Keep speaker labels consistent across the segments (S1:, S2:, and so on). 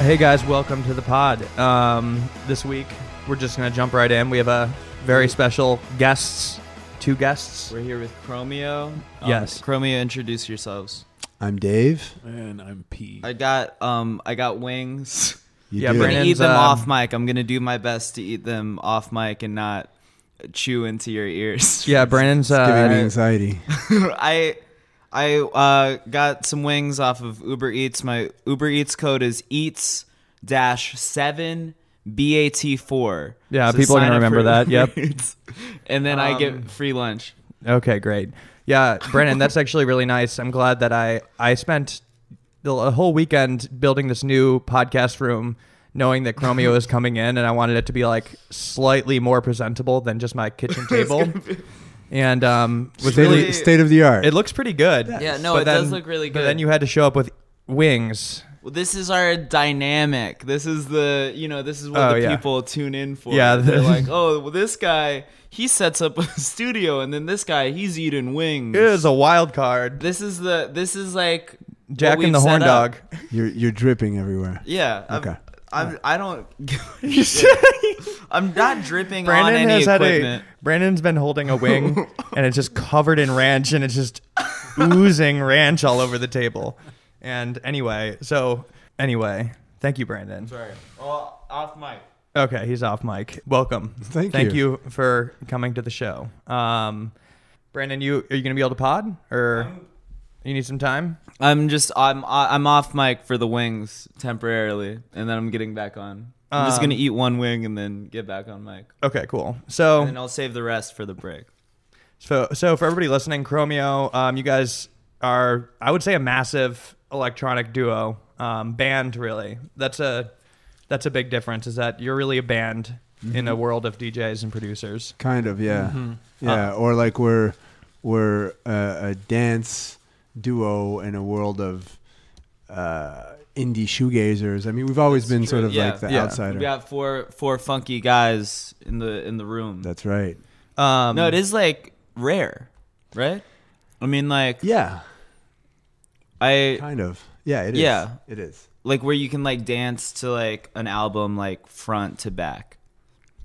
S1: Hey guys, welcome to the pod. Um, this week we're just gonna jump right in. We have a very special guests, two guests.
S2: We're here with Chromio. Um,
S1: Yes.
S2: Chromio, introduce yourselves.
S3: I'm Dave.
S4: And I'm P.
S2: I got um I got wings.
S3: You
S1: Yeah,
S3: do.
S2: I'm gonna eat
S1: Brandon's,
S2: them
S1: um,
S2: off mic. I'm gonna do my best to eat them off mic and not chew into your ears.
S1: Yeah, Brandon's
S3: It's giving me
S1: uh,
S3: anxiety.
S2: I I uh, got some wings off of Uber Eats. My Uber Eats code is eats dash seven BAT four.
S1: Yeah, people are gonna remember that, yep.
S2: and then I
S1: Um,
S2: get free lunch.
S1: okay, great. Yeah, Brandon, that's actually really nice. I'm glad that I I spent the a whole weekend building this new podcast room, knowing that Chromio is coming in, and I wanted it to be like slightly more presentable than just my kitchen table. and um, was
S3: State,
S1: really
S3: of, state of the art.
S1: It looks pretty good.
S2: Yeah, no, it does look really
S1: But
S2: good.
S1: then you had to show up with wings.
S2: Well, this is our dynamic. This is the you know this is what
S1: Oh,
S2: the
S1: yeah.
S2: people tune in for.
S1: Yeah,
S2: they're
S1: the-
S2: like, oh, well, this guy he sets up a studio, and then this guy he's eating wings.
S1: It is a wild card.
S2: This is the this is like what
S1: Jack
S2: we've
S1: and the
S2: set
S1: Horn
S2: up.
S1: Dog.
S3: you're you're dripping everywhere.
S2: Yeah. I'm,
S3: Okay.
S2: I'm, I don't. I'm not dripping
S1: Brandon
S2: on any
S1: has had
S2: equipment.
S1: a. Brandon's been holding a wing, and it's just covered in ranch, and it's just oozing ranch all over the table. And anyway, so anyway, thank you, Brandon.
S2: Sorry. Oh, off mic.
S1: Okay, he's off mic. Welcome.
S3: Thank
S1: you. for coming to the show. Um, Brandon, you are you gonna be able to pod, or
S2: Um,
S1: you need some time?
S2: I'm just I'm I'm off mic for the wings temporarily, and then I'm getting back on. I'm just
S1: Um,
S2: gonna eat one wing and then get back on mic,
S1: Okay, cool. So
S2: and I'll save the rest for the break.
S1: So, so for everybody listening, Chromio, um, you guys are, I would say, a massive electronic duo um, band. Really, that's a that's a big difference. Is that you're really a band in
S3: Mm-hmm.
S1: a world of DJs and producers.
S3: Kind of, yeah,
S1: Mm-hmm. Uh,
S3: yeah. or like we're we're uh, a dance duo in a world of uh, indie shoegazers. I mean, we've always been sort
S2: true,
S3: of
S2: yeah.
S3: like the
S1: Yeah.
S3: outsider.
S2: We got four four funky guys in the in the room.
S3: That's right.
S1: Um,
S2: no, it is like rare, right? I mean, like
S3: Yeah,
S2: I
S3: kind of. Yeah, it is.
S2: Yeah.
S3: it is.
S2: like where you can like dance to like an album like front to back.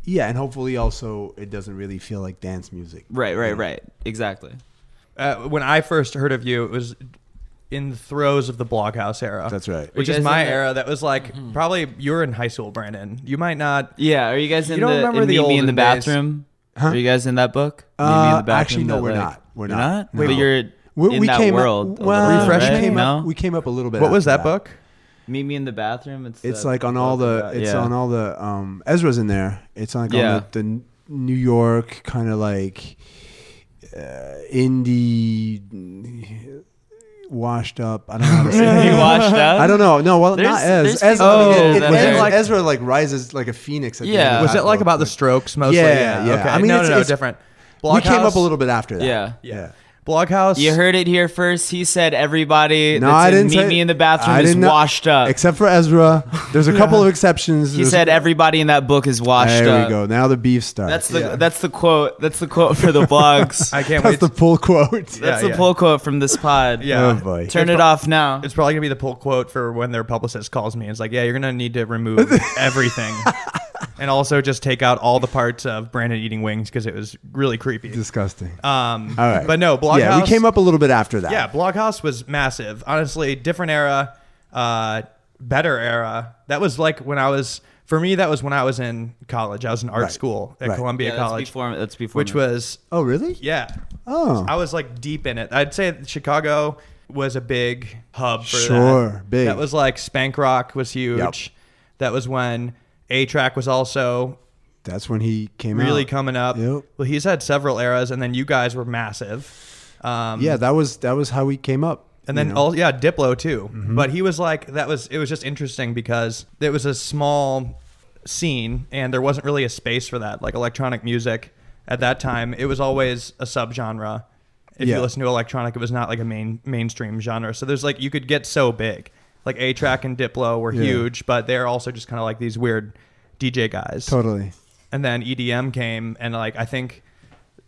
S3: Yeah, and hopefully also it doesn't really feel like dance music.
S2: Right, right, right. Exactly.
S1: uh, when I first heard of you, it was in the throes of the Bloghouse era.
S3: That's right.
S1: Which
S2: Were you
S1: is
S2: guys
S1: my
S2: in the- Mm-hmm.
S1: era. That was like probably you were in high school, Brandon. You might not.
S2: Yeah. Are you guys in
S1: You don't
S2: the,
S1: remember
S2: in
S1: the
S2: Meet Me in the
S1: olden days.
S2: bathroom? Are you guys in that book? Meet Me in
S3: Uh,
S2: the Bathroom
S3: actually, no,
S2: that,
S3: we're
S2: like-
S3: not. We're
S2: You're
S3: not.
S2: But
S3: No.
S2: you're in that world. a
S3: Well,
S2: little bit,
S1: Refresh
S2: right?
S3: we came
S2: No?
S3: up. We came up a little bit.
S1: What was
S3: after
S1: that book?
S2: Meet Me in the bathroom. It's
S3: It's
S2: the
S3: like on all
S2: book
S3: the.
S2: about-
S3: It's
S2: yeah.
S3: on all the. Um, Ezra's in there. It's on like
S2: Yeah.
S3: on the, the N- New York kind of like uh, indie washed up. I don't know. How to say
S2: you
S3: it.
S2: washed up.
S3: I don't know. No, well,
S2: There's-
S3: not Ez.
S2: there's
S3: Ez
S2: people
S1: who
S3: oh,
S1: get
S3: it,
S1: it
S3: it
S1: that
S3: ends
S1: way.
S3: like Ezra like rises like a phoenix. At the
S2: Yeah.
S3: end of
S1: Was
S3: that
S1: it like
S3: book,
S1: about the
S3: but-
S1: Strokes mostly?
S3: Yeah, yeah.
S1: Okay.
S3: I mean,
S1: no,
S3: it's-
S1: no, no,
S3: it's-
S1: different.
S3: We came up
S1: Bloghouse-
S3: a little bit after that.
S2: Yeah.
S3: Yeah.
S1: Bloghouse.
S2: You heard it here first. He said everybody
S3: No,
S2: that's
S3: I
S2: in
S3: didn't
S2: Meet
S3: say-
S2: Me in the bathroom
S3: I
S2: is
S3: did not-
S2: washed up.
S3: Except for Ezra, there's a couple of exceptions.
S2: he
S3: There's-
S2: said everybody in that book is washed
S3: There
S2: up.
S3: we go. Now the beef starts.
S2: That's the that's the quote. That's the quote for the blogs.
S1: I can't
S3: That's
S1: wait.
S3: the full quote.
S2: that's
S1: yeah,
S2: the
S1: yeah.
S2: pull quote from this pod.
S1: yeah.
S3: Oh boy.
S2: Turn it off now.
S1: It's probably gonna be the pull quote for when their publicist calls me. It's like, yeah, you're gonna need to remove everything, and also just take out all the parts of Brandon eating wings because it was really creepy.
S3: Disgusting.
S1: Um,
S3: All right.
S1: but no, Bloghouse.
S3: yeah, we came up a little bit after that.
S1: Yeah, Bloghouse was massive. Honestly, different era, uh, better era. That was like when I was. For me, that was when I was in college. I was in art
S3: Right.
S1: school at
S3: Right.
S1: Columbia
S2: Yeah, that's
S1: College,
S2: before- that's before
S1: which
S2: me.
S1: was
S3: Oh, really?
S1: yeah.
S3: Oh.
S1: I was like deep in it. I'd say Chicago was a big hub for
S3: Sure,
S1: that.
S3: big.
S1: That was like Spank Rock was huge.
S3: Yep.
S1: That was when A Track was also
S3: That's when he came
S1: really
S3: out.
S1: coming up.
S3: Ah. Yep.
S1: Well, he's had several eras, and then you guys were massive. Um,
S3: Yeah, that was that was how we came up.
S1: And
S3: you
S1: then
S3: know?
S1: all yeah, Diplo too.
S3: Mm-hmm.
S1: But he was like that was it was just interesting because it was a small scene and there wasn't really a space for that. Like electronic music at that time, it was always a subgenre. If
S3: Yeah.
S1: you listen to electronic, it was not like a main mainstream genre. So there's like you could get so big. Like A Track and Diplo were
S3: Yeah.
S1: huge, but they're also just kind of like these weird DJ guys
S3: totally.
S1: and then EDM came, and like I think,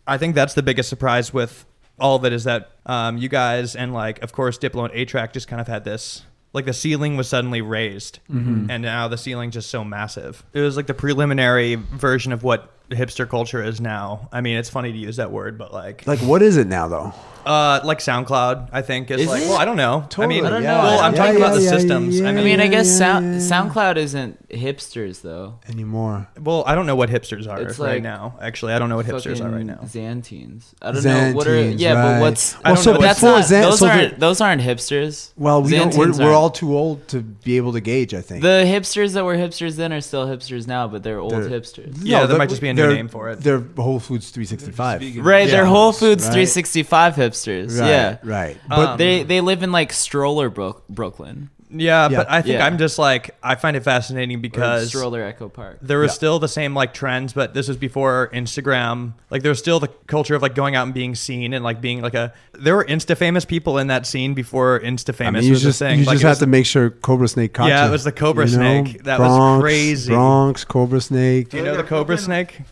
S1: I think that's the biggest surprise with all of it is that um, you guys and like of course Diplo and A Track just kind of had this like the ceiling was suddenly raised,
S3: Mm-hmm.
S1: and now the ceiling's just so massive. It was like the preliminary version of what hipster culture is now. I mean, it's funny to use that word, but like,
S3: Like, what is it now, though?
S1: uh, like SoundCloud, I think is,
S2: Is
S1: like.
S2: it?
S1: Well, I don't know. I mean,
S3: Totally,
S2: I don't
S3: yeah.
S2: know.
S1: Well, I'm
S2: Yeah,
S1: talking
S2: yeah,
S1: about the
S3: yeah,
S1: systems.
S3: yeah,
S1: I
S2: I
S1: mean,
S2: mean, I
S3: Yeah,
S2: guess
S3: yeah,
S2: Sound-
S3: yeah.
S2: SoundCloud isn't hipsters though.
S3: Anymore.
S1: well, I don't know what hipsters are
S2: It's
S1: right
S2: like
S1: now. Actually, I don't know what hipsters are right
S2: Fucking
S1: now.
S2: Xantines. I don't know what are.
S3: Xantines,
S2: Yeah,
S3: right.
S2: but what's?
S1: I
S3: Well,
S1: don't
S3: so
S1: know.
S2: But that's
S3: before
S2: not.
S3: Xan-
S2: those
S3: so
S2: aren't.
S3: the-
S2: those aren't hipsters.
S3: Well, we don't. We're,
S2: Xantines
S3: we're
S2: aren't.
S3: all too old to be able to gauge. I think.
S2: The hipsters that were hipsters then are still hipsters now, but they're old
S3: They're-
S2: hipsters.
S1: Yeah, there
S3: but
S1: might just be a new
S3: they're-
S1: name for it.
S3: They're Whole Foods 365.
S2: Right, they're
S3: Yeah.
S2: Whole Foods
S3: Right.
S2: 365 hipsters.
S3: Right,
S2: yeah.
S3: Right. But
S1: Um,
S2: They they live in like stroller Brook, Brooklyn.
S1: Yeah,
S3: Yeah.
S1: but I think
S2: Yeah.
S1: I'm just like I find it fascinating
S2: Or
S1: because
S2: stroller Echo Park.
S1: there was
S3: Yeah.
S1: still the same like trends, but this was before Instagram. Like there was still the culture of like going out and being seen and like being like a there were insta famous people in that scene before insta
S3: I mean,
S1: famous
S3: you
S1: was
S3: just,
S1: a thing.
S3: you
S1: Like,
S3: just
S1: it
S3: have
S1: was-
S3: to make sure Cobra Snake caught
S1: Yeah,
S3: you.
S1: it was the Cobra
S3: you know?
S1: Snake. That was
S3: Bronx,
S1: crazy.
S3: Bronx, Cobra Snake.
S1: Do you know the Cobra Snake?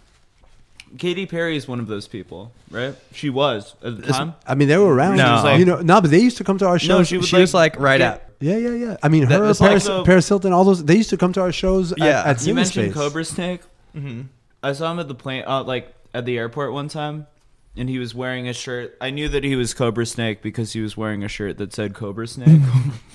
S2: Katy Perry is one of those people, right? She was at the time.
S3: I mean, they were around.
S1: No.
S3: you know, no, but they used to come to our shows.
S2: No, she was
S1: She was like right
S2: Yeah.
S1: up.
S3: yeah, yeah, yeah. I mean,
S1: That-
S3: her,
S1: it's like
S3: Paris,
S2: the-
S3: Paris Hilton, all those. They used to come to our shows. at-
S1: Yeah.
S3: at,
S2: you
S3: Cinema
S2: mentioned
S3: Space.
S2: Cobra Snake.
S1: Mm-hmm.
S2: I saw him at the plane, uh, like at the airport one time, and he was wearing a shirt. I knew that he was Cobra Snake because he was wearing a shirt that said Cobra Snake,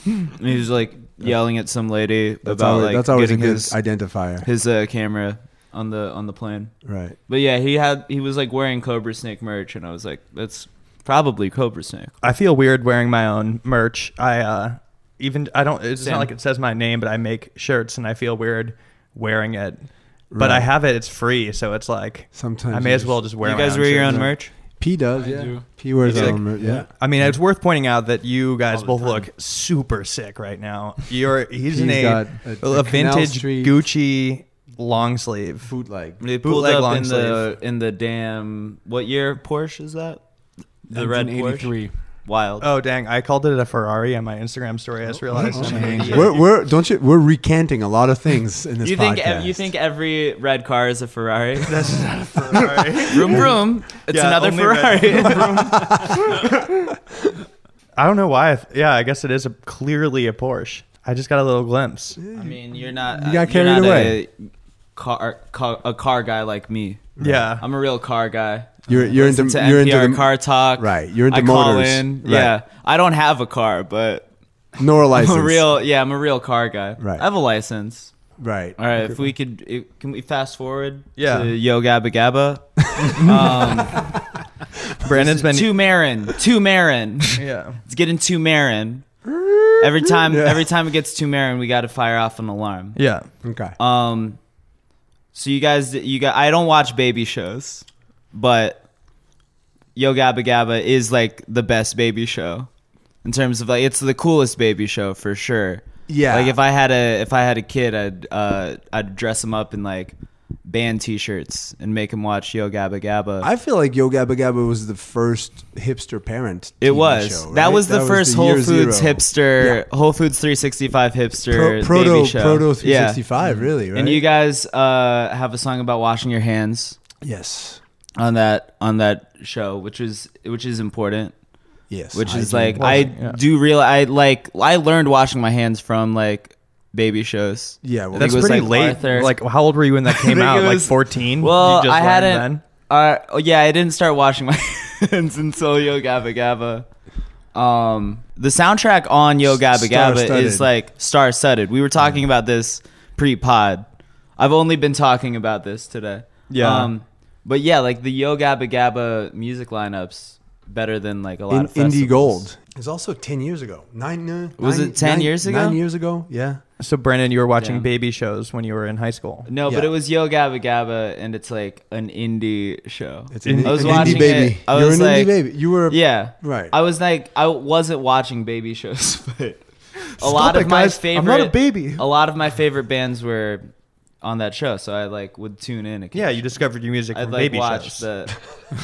S2: and he was like yelling at some lady
S3: That's
S2: about
S3: always,
S2: like
S3: that's always a
S2: getting
S3: good
S2: his
S3: identifier,
S2: his uh, camera on the on the plane.
S3: right?
S2: But yeah, he had he was like wearing Cobra Snake merch, and I was like, that's probably Cobra Snake.
S1: I feel weird wearing my own merch. I uh, even I don't. It's
S2: Same.
S1: not like it says my name, but I make shirts, and I feel weird wearing it.
S3: Right.
S1: But I have it. It's free, so it's like
S3: Sometimes
S1: I may
S3: you
S1: as
S3: just-
S1: well just wear.
S2: you
S1: my
S2: guys
S1: own
S2: wear your
S1: shirts.
S2: own
S3: yeah.
S2: merch?
S3: P does,
S2: I
S3: yeah.
S2: do.
S3: P wears
S1: It's
S3: our
S1: like-
S3: own mer- yeah.
S1: I mean, it's worth pointing out that you guys
S2: the
S1: both
S2: time.
S1: look super sick right now. You're he's, in
S3: He's
S1: a,
S3: got a-
S1: a,
S3: a Canal
S1: vintage
S3: Street-
S1: Gucci long sleeve.
S3: Bootleg.
S2: They pulled
S1: Bootleg
S2: up
S1: long
S2: in the in the damn what year Porsche is that? The red Porsche.
S4: 1983.
S2: Wild.
S1: Oh dang! I called it a Ferrari on my Instagram story. I just realized. I'm an idiot.
S3: We're, we're don't you? We're recanting a lot of things in this
S2: You think
S3: podcast.
S2: ev- you think every red car is a Ferrari?
S1: That's not a Ferrari.
S2: Vroom vroom. It's
S1: Yeah,
S2: another
S1: only red.
S2: Ferrari.
S1: I don't know why. I th- yeah, I guess it is a, clearly a Porsche. I just got a little glimpse.
S2: I mean, you're not.
S3: You
S2: uh,
S3: got
S2: you're
S3: carried
S2: not A
S3: away.
S2: car, car, a car guy like me.
S1: Yeah.
S2: I'm a real car guy.
S3: you're you're into,
S2: Listen to
S3: you're
S2: NPR
S3: into the,
S2: car talk.
S3: Right, you're into
S2: I call
S3: motors.
S2: in.
S3: Right.
S2: Yeah, I don't have a car, but
S3: nor a
S2: I'm
S3: license.
S2: a real. Yeah, I'm a real car guy.
S3: Right.
S2: I have a license.
S3: Right.
S2: All right, if we could, if, can we fast forward?
S1: Yeah.
S2: To Yo Gabba Gabba. um,
S1: Brandon's been
S2: to Marin. To Marin.
S1: yeah.
S2: It's getting to Marin. Every time,
S3: Yeah.
S2: every time it gets to Marin, we got to fire off an alarm.
S1: Yeah.
S3: Okay.
S2: Um, so you guys, you got. I don't watch baby shows, but Yo Gabba Gabba is like the best baby show in terms of like it's the coolest baby show for sure.
S3: Yeah.
S2: Like if I had a if I had a kid, I'd uh I'd dress him up in like band T-shirts and make him watch Yo Gabba Gabba.
S3: I feel like Yo Gabba Gabba was the first hipster parent.
S2: it
S3: TV
S2: was
S3: show, right?
S2: that was the first Whole
S3: year
S2: Foods
S3: zero.
S2: hipster Whole Foods 365 hipster
S3: Pro,
S2: baby
S3: proto
S2: show.
S3: proto
S2: Yeah. Mm-hmm.
S3: 365 really right
S2: And you guys uh, have a song about washing your hands
S3: yes
S2: on that on that show, which is which is important.
S3: yes
S2: Which is like
S3: hygiene.
S2: I
S1: yeah.
S2: do real I like I learned washing my hands from like baby shows.
S3: yeah well,
S1: That's
S2: it was,
S1: pretty
S2: like,
S1: late.
S2: Arthur.
S1: Like, how old were you when that came
S2: think
S1: out?
S2: it
S1: Like
S2: was-
S1: 14?
S2: Well,
S1: you just
S2: I
S1: learned
S2: hadn't.
S1: Then?
S2: Uh, oh yeah, I didn't start washing my hands until Yo Gabba Gabba. Um, the soundtrack on Yo Gabba Gabba
S3: Star-studded.
S2: is like star studded. We were talking about this pre pod. I've only been talking about this today. Um,
S1: Yeah.
S2: but yeah, like the Yo Gabba Gabba music lineups better than like a lot
S3: in,
S2: of festivals.
S3: indie gold it's also 10 years ago nine uh,
S2: Was
S3: nine-
S2: it 10
S3: nine-
S2: years ago?
S3: nine years ago yeah
S1: So, Brandon, you were watching
S2: Damn.
S1: baby shows when you were in high school.
S2: No, but
S3: Yeah.
S2: it was Yo Gabba Gabba, and it's like an indie show.
S3: it's an,
S1: I was
S3: an
S2: watching
S3: indie baby
S2: it, I
S3: you're
S2: was
S3: an indie
S2: like-
S3: baby you were
S2: Yeah.
S3: Right.
S2: I was like, I wasn't watching baby shows, but a lot
S1: it,
S2: of my
S1: guys.
S2: favorite.
S1: I'm not a baby.
S2: A lot of my favorite bands were on that show, so I like would tune in.
S1: Yeah, you discovered your music
S2: I'd
S1: from
S2: like
S1: baby shows.
S2: watch the.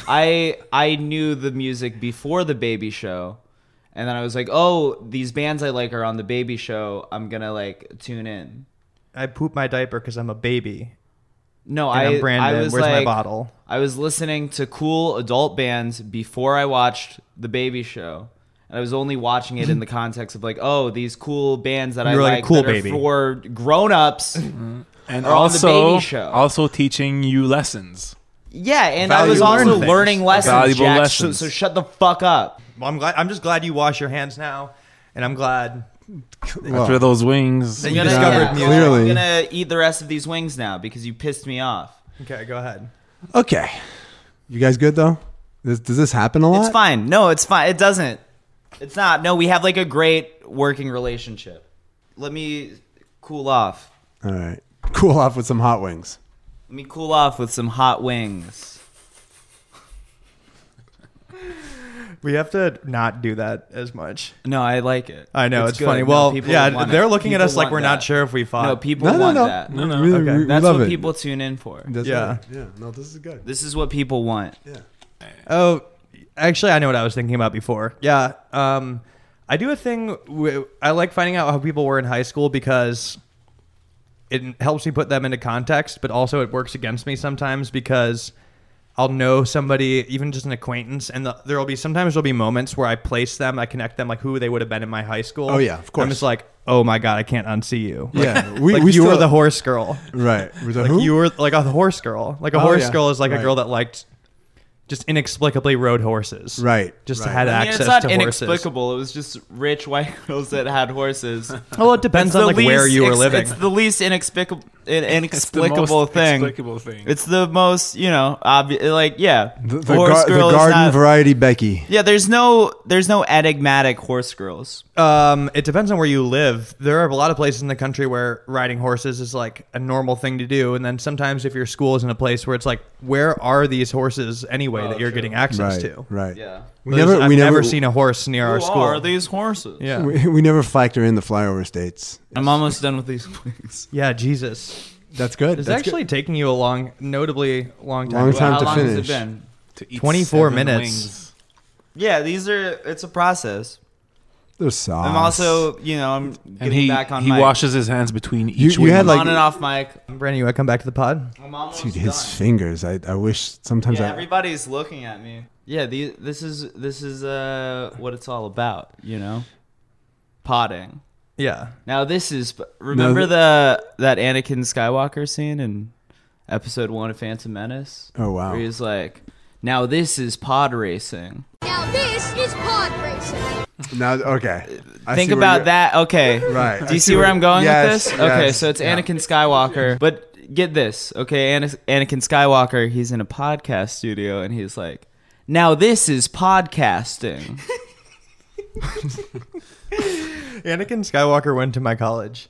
S2: I I knew the music before the baby show, and then I was like, oh, these bands I like are on the baby show. I'm gonna like tune in.
S1: I poop my diaper because I'm a baby.
S2: No,
S1: And I,
S2: I
S1: am Brandon.
S2: I was
S1: Where's my
S2: like,
S1: bottle?
S2: I was listening to cool adult bands before I watched the baby show. And I was only watching it in the context of like, oh, these cool bands that
S1: You
S2: I
S1: were like,
S2: like
S1: "Cool
S2: that
S1: baby."
S2: are for grown-ups.
S4: and
S2: Or on the
S4: also
S2: baby show.
S4: also teaching you lessons.
S2: yeah, and I
S1: Valuable
S2: was also
S1: things.
S2: learning lessons,
S4: Valuable
S2: Jack,
S4: lessons.
S2: So, so shut the fuck up.
S1: Well, I'm glad. I'm just glad you wash your hands now, and I'm glad.
S4: After those wings,
S1: Then you discovered
S2: yeah,
S1: me.
S2: I'm
S3: Clearly.
S2: gonna eat the rest of these wings now because you pissed me off.
S1: Okay, go ahead.
S3: Okay. You guys good though? Does, does this happen a lot?
S2: It's fine. No, it's fine. It doesn't. It's not. No, we have like a great working relationship. Let me cool off.
S3: All right. Cool off with some hot wings.
S2: Let me cool off with some hot wings.
S1: We have to not do that as much.
S2: No, I like it.
S1: I know it's,
S2: good.
S1: funny.
S2: No,
S1: well,
S2: people
S1: yeah,
S2: want
S1: they're
S2: it.
S1: looking at
S2: People
S1: us like
S2: want
S1: we're not
S2: that.
S1: sure if we fought.
S2: No, people want that.
S4: No, no.
S3: We, really-
S1: Okay.
S3: we- we
S2: That's
S3: love
S2: what
S3: it.
S2: people tune in for.
S3: That's
S1: Yeah.
S3: right. Yeah. No, this is good.
S2: This is what people want.
S3: Yeah.
S1: Oh, actually, I know what I was thinking about before. Yeah, um, I do a thing. W- I like finding out how people were in high school because it helps me put them into context, but also it works against me sometimes because I'll know somebody, even just an acquaintance, and the, there'll be sometimes there'll be moments where I place them, I connect them like who they would have been in my high school.
S3: Oh, yeah, of course.
S1: I'm just like, oh my god, I can't unsee you. Like,
S3: Yeah. We,
S1: like
S3: we
S1: you were
S3: still-
S1: the horse girl.
S3: Right. We're the
S1: Like
S3: who?
S1: you were like a horse girl. Like a
S3: Oh,
S1: horse
S3: yeah.
S1: girl is like
S3: Right.
S1: a girl that liked just inexplicably rode horses.
S3: Right,
S1: Just
S3: right.
S1: had
S2: I mean,
S1: access
S2: it's not
S1: to horses.
S2: inexplicable. It was just rich white girls that had horses.
S1: Well, it depends
S2: It's
S1: on
S2: the
S1: like where
S2: least
S1: you were
S2: ex-
S1: living.
S2: It's the least inexplicable,
S4: It's the most
S2: inexplicable thing.
S4: Explicable thing.
S2: It's the most, you know, obvious. Like, yeah,
S3: the, the
S2: horse
S3: gar- the
S2: girl is
S3: garden
S2: not-
S3: variety Becky.
S2: yeah, there's no, there's no enigmatic horse girls.
S1: um, it depends on where you live. There are a lot of places in the country where riding horses is like a normal thing to do, and then sometimes if your school is in a place where it's like, where are these horses anyway
S2: Oh,
S1: that you're getting access
S3: Right.
S1: to?
S3: Right.
S2: Yeah.
S3: We
S1: There's-
S3: never,
S1: I've
S3: we
S1: never,
S3: never
S1: seen a horse near our
S2: Who
S1: school.
S2: are these horses?
S1: yeah,
S3: We, we never flagged her in the flyover states.
S2: I'm almost done with these wings.
S1: yeah, Jesus.
S3: That's good.
S1: It's
S3: That's
S1: actually taking you a long, notably long time.
S3: Long
S1: to-
S3: time
S2: How
S3: to
S2: long has
S3: finish.
S2: it been?
S4: To eat
S1: 24
S4: seven
S1: minutes.
S4: wings.
S2: Yeah, these are. It's a process.
S3: good. They're sauce.
S2: I'm also, you know, I'm getting
S4: And he
S2: back on
S4: he
S2: mic.
S4: washes his hands between
S3: You-
S4: each.
S3: you
S4: wing.
S3: had, like-
S2: on and off mic.
S1: Brandon, you want to come back to the pod?
S2: I'm almost
S3: Dude,
S2: done.
S3: his fingers. I, I wish sometimes
S2: Yeah,
S3: I.
S2: everybody's looking at me. Yeah, the, this is this is uh what it's all about, you know, potting.
S1: Yeah.
S2: Now this is remember
S3: th-
S2: the that Anakin Skywalker scene in Episode One of Phantom Menace,
S3: Oh, wow.
S2: where he's like, "Now this is pod racing."
S5: Now this is pod racing.
S3: Now, okay. I
S2: Uh, Think
S3: see where
S2: about
S3: you're-
S2: that. Okay.
S3: Right.
S2: Do
S3: I
S2: you see where I'm going
S3: yes,
S2: with this? Okay,
S3: yes.
S2: so it's Anakin Skywalker. But get this, okay? Ana- Anakin Skywalker, he's in a podcast studio and he's like, now this is podcasting.
S1: Anakin Skywalker went to my college.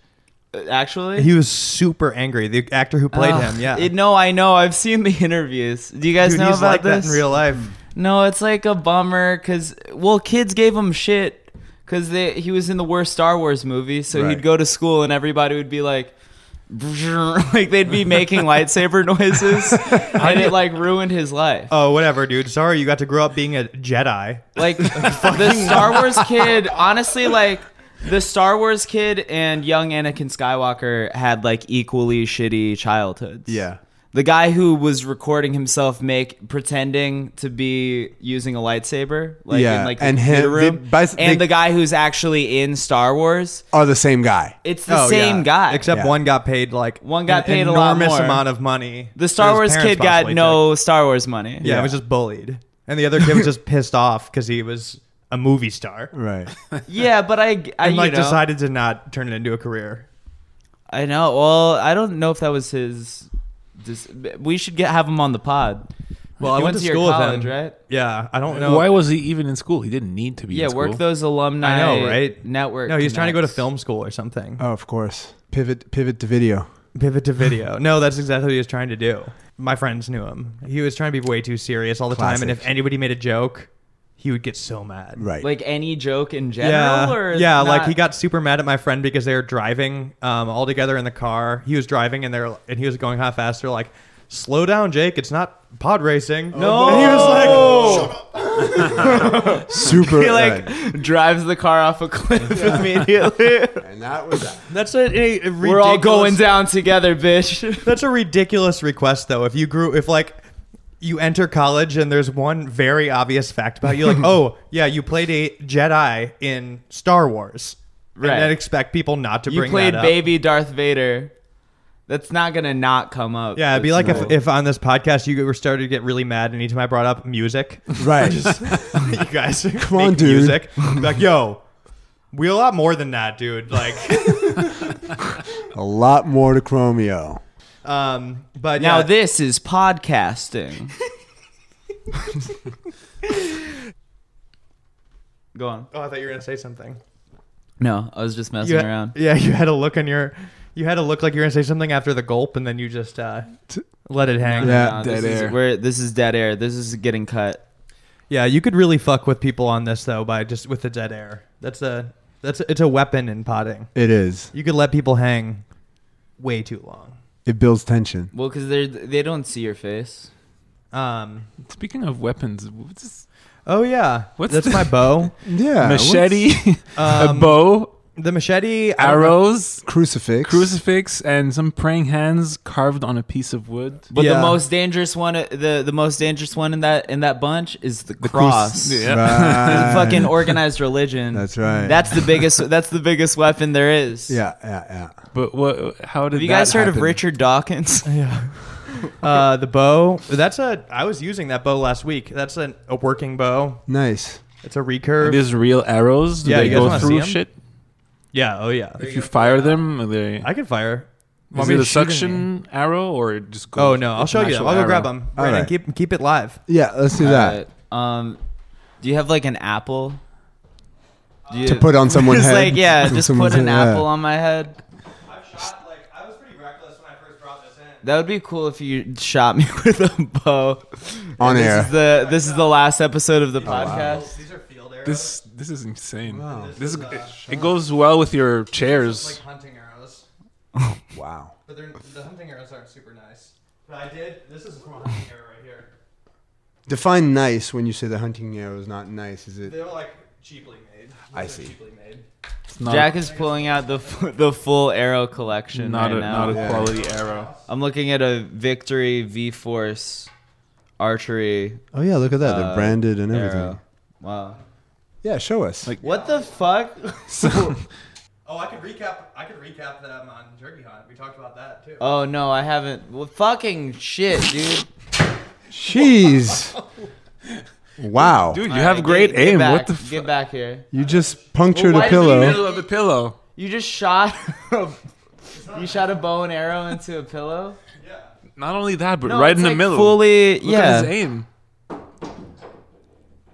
S2: Uh, Actually?
S1: He was super angry. The actor who played
S2: Ugh.
S1: him, yeah.
S2: It- no, I know. I've seen the interviews. Do you guys
S1: Dude,
S2: know
S1: he's
S2: about
S1: like
S2: this?
S1: that in real life.
S2: no, it's like a bummer because, well, kids gave him shit because he was in the worst Star Wars movie. So
S3: Right.
S2: he'd go to school and everybody would be like, like they'd be making lightsaber noises and it like ruined his life.
S1: Oh, whatever, dude. Sorry you got to grow up being a Jedi.
S2: Like the Star Wars kid, honestly, like the Star Wars kid and young Anakin Skywalker had like equally shitty childhoods.
S3: Yeah.
S2: The guy who was recording himself make pretending to be using a lightsaber, like
S3: Yeah,
S2: in like the
S3: and him-
S2: computer
S3: they-
S2: room,
S3: by- they-
S2: and the guy who's actually in Star Wars,
S3: Are Oh, the same guy.
S2: it's the
S1: Oh,
S2: same
S1: yeah.
S2: guy.
S1: Except
S3: Yeah.
S1: one got paid like
S2: One got
S1: an
S2: paid a lot
S1: enormous
S2: more.
S1: amount of money.
S2: the Star
S1: that his
S2: Wars
S1: parents
S2: kid got
S1: possibly took.
S2: no Star Wars money.
S1: Yeah,
S3: Yeah.
S1: he was just bullied. And the other kid was just pissed off because he was a movie star.
S3: Right. Oh,
S2: yeah, but I, I
S1: And
S2: Mm. you
S1: like
S2: know.
S1: decided to not turn it into a career.
S2: I know. Well, I don't know if that was his. Dis- we should get have him on the pod.
S1: Well, I
S2: You
S1: went
S2: went
S1: to
S2: to your
S1: school
S2: college,
S1: with him.
S2: right?
S1: Yeah, I don't know.
S4: Why was he even in school? He didn't need to be.
S2: Yeah,
S4: in
S2: work
S4: school.
S2: those alumni.
S1: I know, right?
S2: Network.
S1: no, he was trying to go to
S2: connects.
S1: film school or something.
S3: Oh, of course. Pivot, pivot to video.
S1: Pivot to video. No, that's exactly what he was trying to do. My friends knew him. He was trying to be way too serious all the time, and if
S3: Classic.
S1: anybody made a joke, he would get so mad.
S3: Right.
S2: Like any joke in general,
S1: Yeah,
S2: or
S1: yeah. Like
S2: not-
S1: he got super mad at my friend because they were driving um, all together in the car. He was driving and they're and he was going half fast. They're like, "Slow down, Jake. It's not pod racing."
S2: No.
S1: and he was like,
S3: Super.
S2: He oh. like
S3: right.
S2: drives the car off a cliff immediately.
S3: And that was that.
S1: "That's a, a ridiculous,
S2: We're all going down together, bitch.
S1: That's a ridiculous request, though. If you grew, if like you enter college and there's one very obvious fact about you like oh yeah you played a jedi in star wars
S2: Right.
S1: and then expect people not to
S2: you
S1: bring
S2: played
S1: that up.
S2: baby Darth Vader. That's not gonna not come up.
S1: yeah it'd be
S2: That's
S1: like if,
S2: not-
S1: if on this podcast you were started to get really mad anytime i brought up music
S3: Right.
S1: you guys come
S3: on, dude.
S1: music Be like yo we a lot more than that dude like
S3: a lot more to Chromio.
S1: um but
S2: now
S1: yeah,
S2: this is podcasting. Go on.
S1: oh i thought you were gonna say something
S2: No, I was just messing
S1: you had-
S2: around.
S1: Yeah, you had a look on your, you had a look like you were gonna say something after the gulp, and then you just uh, let it hang.
S3: Yeah.
S2: No,
S4: Dead
S2: this is-
S4: air.
S2: we're- this is dead air. This is getting cut.
S1: yeah. You could really fuck with people on this though by just with the dead air. That's a that's a, it's a weapon in potting.
S3: It is.
S1: You could let people hang way too long.
S3: It builds tension.
S2: Well, because they they don't see your face.
S1: Um.
S4: Speaking of weapons, what's this?
S1: Oh yeah.
S4: What's
S1: that's
S4: the-
S1: my bow?
S3: Yeah.
S4: machete, a
S1: Um,
S4: bow,
S1: the machete. I don't know.
S4: arrows,
S3: Crucifix.
S4: crucifix, and some praying hands carved on a piece of wood.
S2: But
S1: Yeah.
S2: the most dangerous one, the the most dangerous one in that in that bunch is the,
S4: The
S2: cross.
S4: cruci- yeah.
S3: Right.
S2: fucking organized religion.
S3: That's right.
S2: That's the biggest. That's the biggest weapon there is.
S3: yeah, yeah, yeah.
S4: But what? How did
S2: Have you
S4: that
S2: guys heard of
S4: happen?
S2: Richard Dawkins?
S1: Yeah. Uh, the bow. That's a. I was using that bow last week. That's an, a working bow.
S3: Nice.
S1: It's a recurve.
S4: These real arrows? Do
S1: Yeah,
S4: they
S1: you guys
S4: go
S1: wanna see
S4: through
S1: 'em?
S4: shit?
S1: yeah. Oh yeah.
S4: If you fire them, are they?
S1: I can fire.
S4: Is
S1: me
S4: it
S1: to
S4: a
S1: shoot at me?
S4: suction arrow or it just? Goes
S1: Oh no, I'll
S4: it's
S1: show
S4: an
S1: you. them.
S4: actual
S1: I'll go
S4: arrow?
S1: grab them. Brandon,
S3: right.
S1: keep keep it live.
S3: Yeah, let's do that.
S2: Uh, um, do you have like an apple? Do you,
S3: to put on someone's
S2: just
S3: head.
S2: Uh, like yeah,
S3: To
S2: just
S3: someone's
S2: put an
S3: head, yeah.
S2: apple on my head.
S1: I've shot like I was pretty reckless when I first brought this in.
S2: That would be cool if you shot me with a bow.
S3: On
S2: this
S3: air.
S2: Is the this is the last episode
S3: Oh,
S2: of the podcast.
S1: These are field arrows.
S4: This this is insane.
S3: Wow.
S4: This is, it, it goes well with your chairs.
S1: hunting arrows,
S3: Wow.
S1: but they're, the hunting arrows aren't super nice. But I did. This is from a hunting arrow right here.
S3: Define nice when you say the hunting arrow is not nice. Is it?
S1: They're like cheaply made.
S3: I These are see.
S1: Cheaply made.
S4: It's not,
S2: Jack is pulling out the f- the full arrow collection
S4: not
S2: right
S4: a
S2: now.
S4: not a
S3: Yeah.
S4: quality arrow.
S2: I'm looking at a Victory V Force archery
S3: Oh yeah, look at that.
S2: Uh,
S3: They're branded and everything.
S2: arrow. Wow.
S3: Yeah, show us.
S4: Like-
S2: What the fuck?
S4: So
S1: Oh, I could recap. I could recap them on Jerky Hunt. We talked about that too.
S2: Oh no, I haven't. Well, fucking shit, dude.
S3: jeez. wow.
S4: dude, you
S2: All
S4: have
S2: right,
S4: great
S2: get- get
S4: aim.
S2: back,
S4: what the
S2: Get back here.
S3: You just punctured
S2: Well, why
S3: a
S2: did you
S3: pillow.
S2: middle
S4: middle of the pillow?
S2: You just shot. a- you shot a bow and arrow into a pillow.
S4: Not only that, but
S2: No,
S4: right
S2: it's
S4: in the
S2: like
S4: middle.
S2: Fully,
S4: Look at his
S2: yeah.
S4: aim.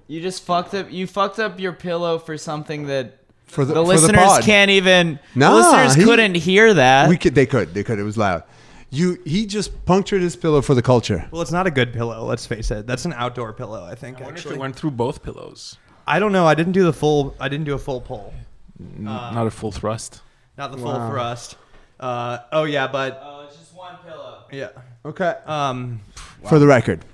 S2: You just fucked up. You fucked up your pillow for something that
S3: For
S2: the,
S3: for
S2: listeners
S3: pod.
S2: can't even.
S3: Nah,
S2: the listeners
S3: he-
S2: couldn't hear that.
S3: We could. They could. They could. It was loud. You. He just punctured his pillow for the culture.
S1: Well, it's not a good pillow. Let's face it. That's an outdoor pillow. I think.
S4: I wonder if
S1: actually.
S4: it went through both pillows.
S1: I don't know. I didn't do the full. I didn't do a full pull.
S4: N-
S2: Uh,
S4: not a full thrust.
S1: Not the full thrust. Uh, oh yeah, but
S2: oh, it's just one pillow.
S1: yeah.
S3: Okay.
S1: Um,
S3: For the record.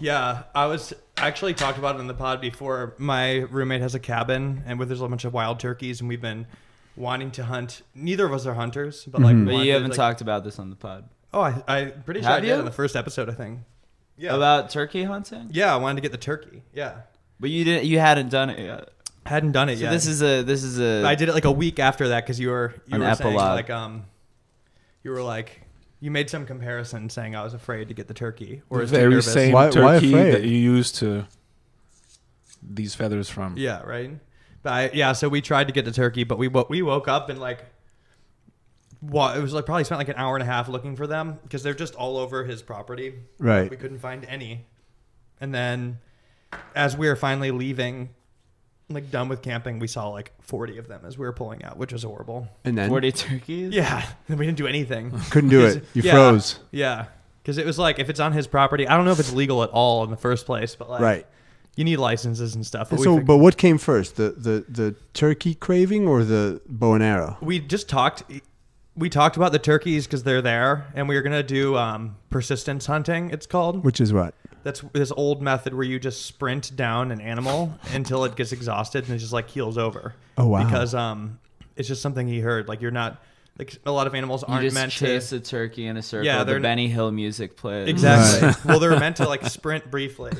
S1: Yeah, I was I actually talked about it in the pod before. My roommate has a cabin, and with there's a bunch of wild turkeys, and we've been wanting to hunt. Neither of us are hunters, but like,
S2: But
S1: wanted,
S2: you haven't
S1: like-
S2: talked about this on the pod
S1: Oh, I, I'm pretty sure I
S2: Have
S1: did
S2: you?
S1: in the first episode, I think. Yeah,
S2: about turkey hunting.
S1: yeah, I wanted to get the turkey. Yeah,
S2: But you didn't. You hadn't done it yet.
S1: hadn't done it
S2: So
S1: yet.
S2: this is a. This is a.
S1: I did it like a week after that because you were you
S2: An
S1: were saying
S2: epilogue.
S1: like um, you were like you made some comparison saying I was afraid to get the turkey or is too
S4: very
S1: nervous.
S4: same
S3: Why- why
S4: turkey
S3: afraid?
S4: that you used to these feathers from.
S1: Yeah, right. But I, yeah, so we tried to get to Turkey, but we wo- we woke up and like, wa- it was like probably spent like an hour and a half looking for them because they're just all over his property.
S3: Right.
S1: We couldn't find any, and then as we were finally leaving, like done with camping, we saw like forty of them as we were pulling out, which was horrible.
S3: And then
S2: Forty turkeys.
S1: Yeah, we didn't do anything.
S3: couldn't do it. You
S1: Yeah.
S3: froze.
S1: Yeah, because it was like if it's on his property, I don't know if it's legal at all in the first place, but like,
S3: Right.
S1: You need licenses and stuff. But we
S3: so,
S1: fig-
S3: but what came first, the, the the turkey craving or the bow and arrow?
S1: we just talked we talked about the turkeys because they're there and we were gonna do um, persistence hunting it's called
S3: Which is what?
S1: that's this old method where you just sprint down an animal until it gets exhausted and it just like heals over
S3: Oh, wow.
S1: because um it's just something he heard like you're not Like a lot of animals
S2: You
S1: aren't
S2: just
S1: meant
S2: chase
S1: to.
S2: a turkey in a circle.
S1: Yeah,
S2: Yeah,
S1: they're
S2: the
S1: n-
S2: Benny Hill music plays.
S1: Exactly. well, they're meant to like sprint briefly,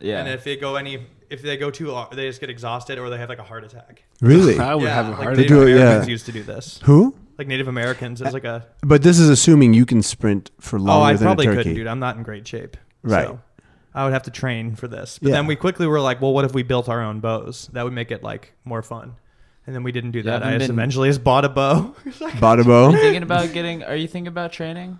S2: Yeah.
S1: and if they go any, if they go too, long, they just get exhausted or they have like a heart attack.
S3: Really?
S4: I would
S1: yeah,
S4: have a
S1: like
S4: heart
S1: Native
S4: attack.
S3: They do it, yeah.
S1: Americans used to do this.
S3: Who?
S1: Like Native Americans, it was like a
S3: But this is assuming you can sprint for
S1: oh,
S3: longer
S1: I
S3: than
S1: probably
S3: a turkey.
S1: couldn't, dude. I'm not in great shape.
S3: Right.
S1: So I would have to train for this. But
S3: Yeah.
S1: then we quickly were like, well, what if we built our own bows? That would make it like more fun. And then we didn't do that.
S2: haven't
S1: I just
S2: been-
S1: eventually just bought a bow.
S3: Bada bow.
S2: thinking about getting are you thinking about training?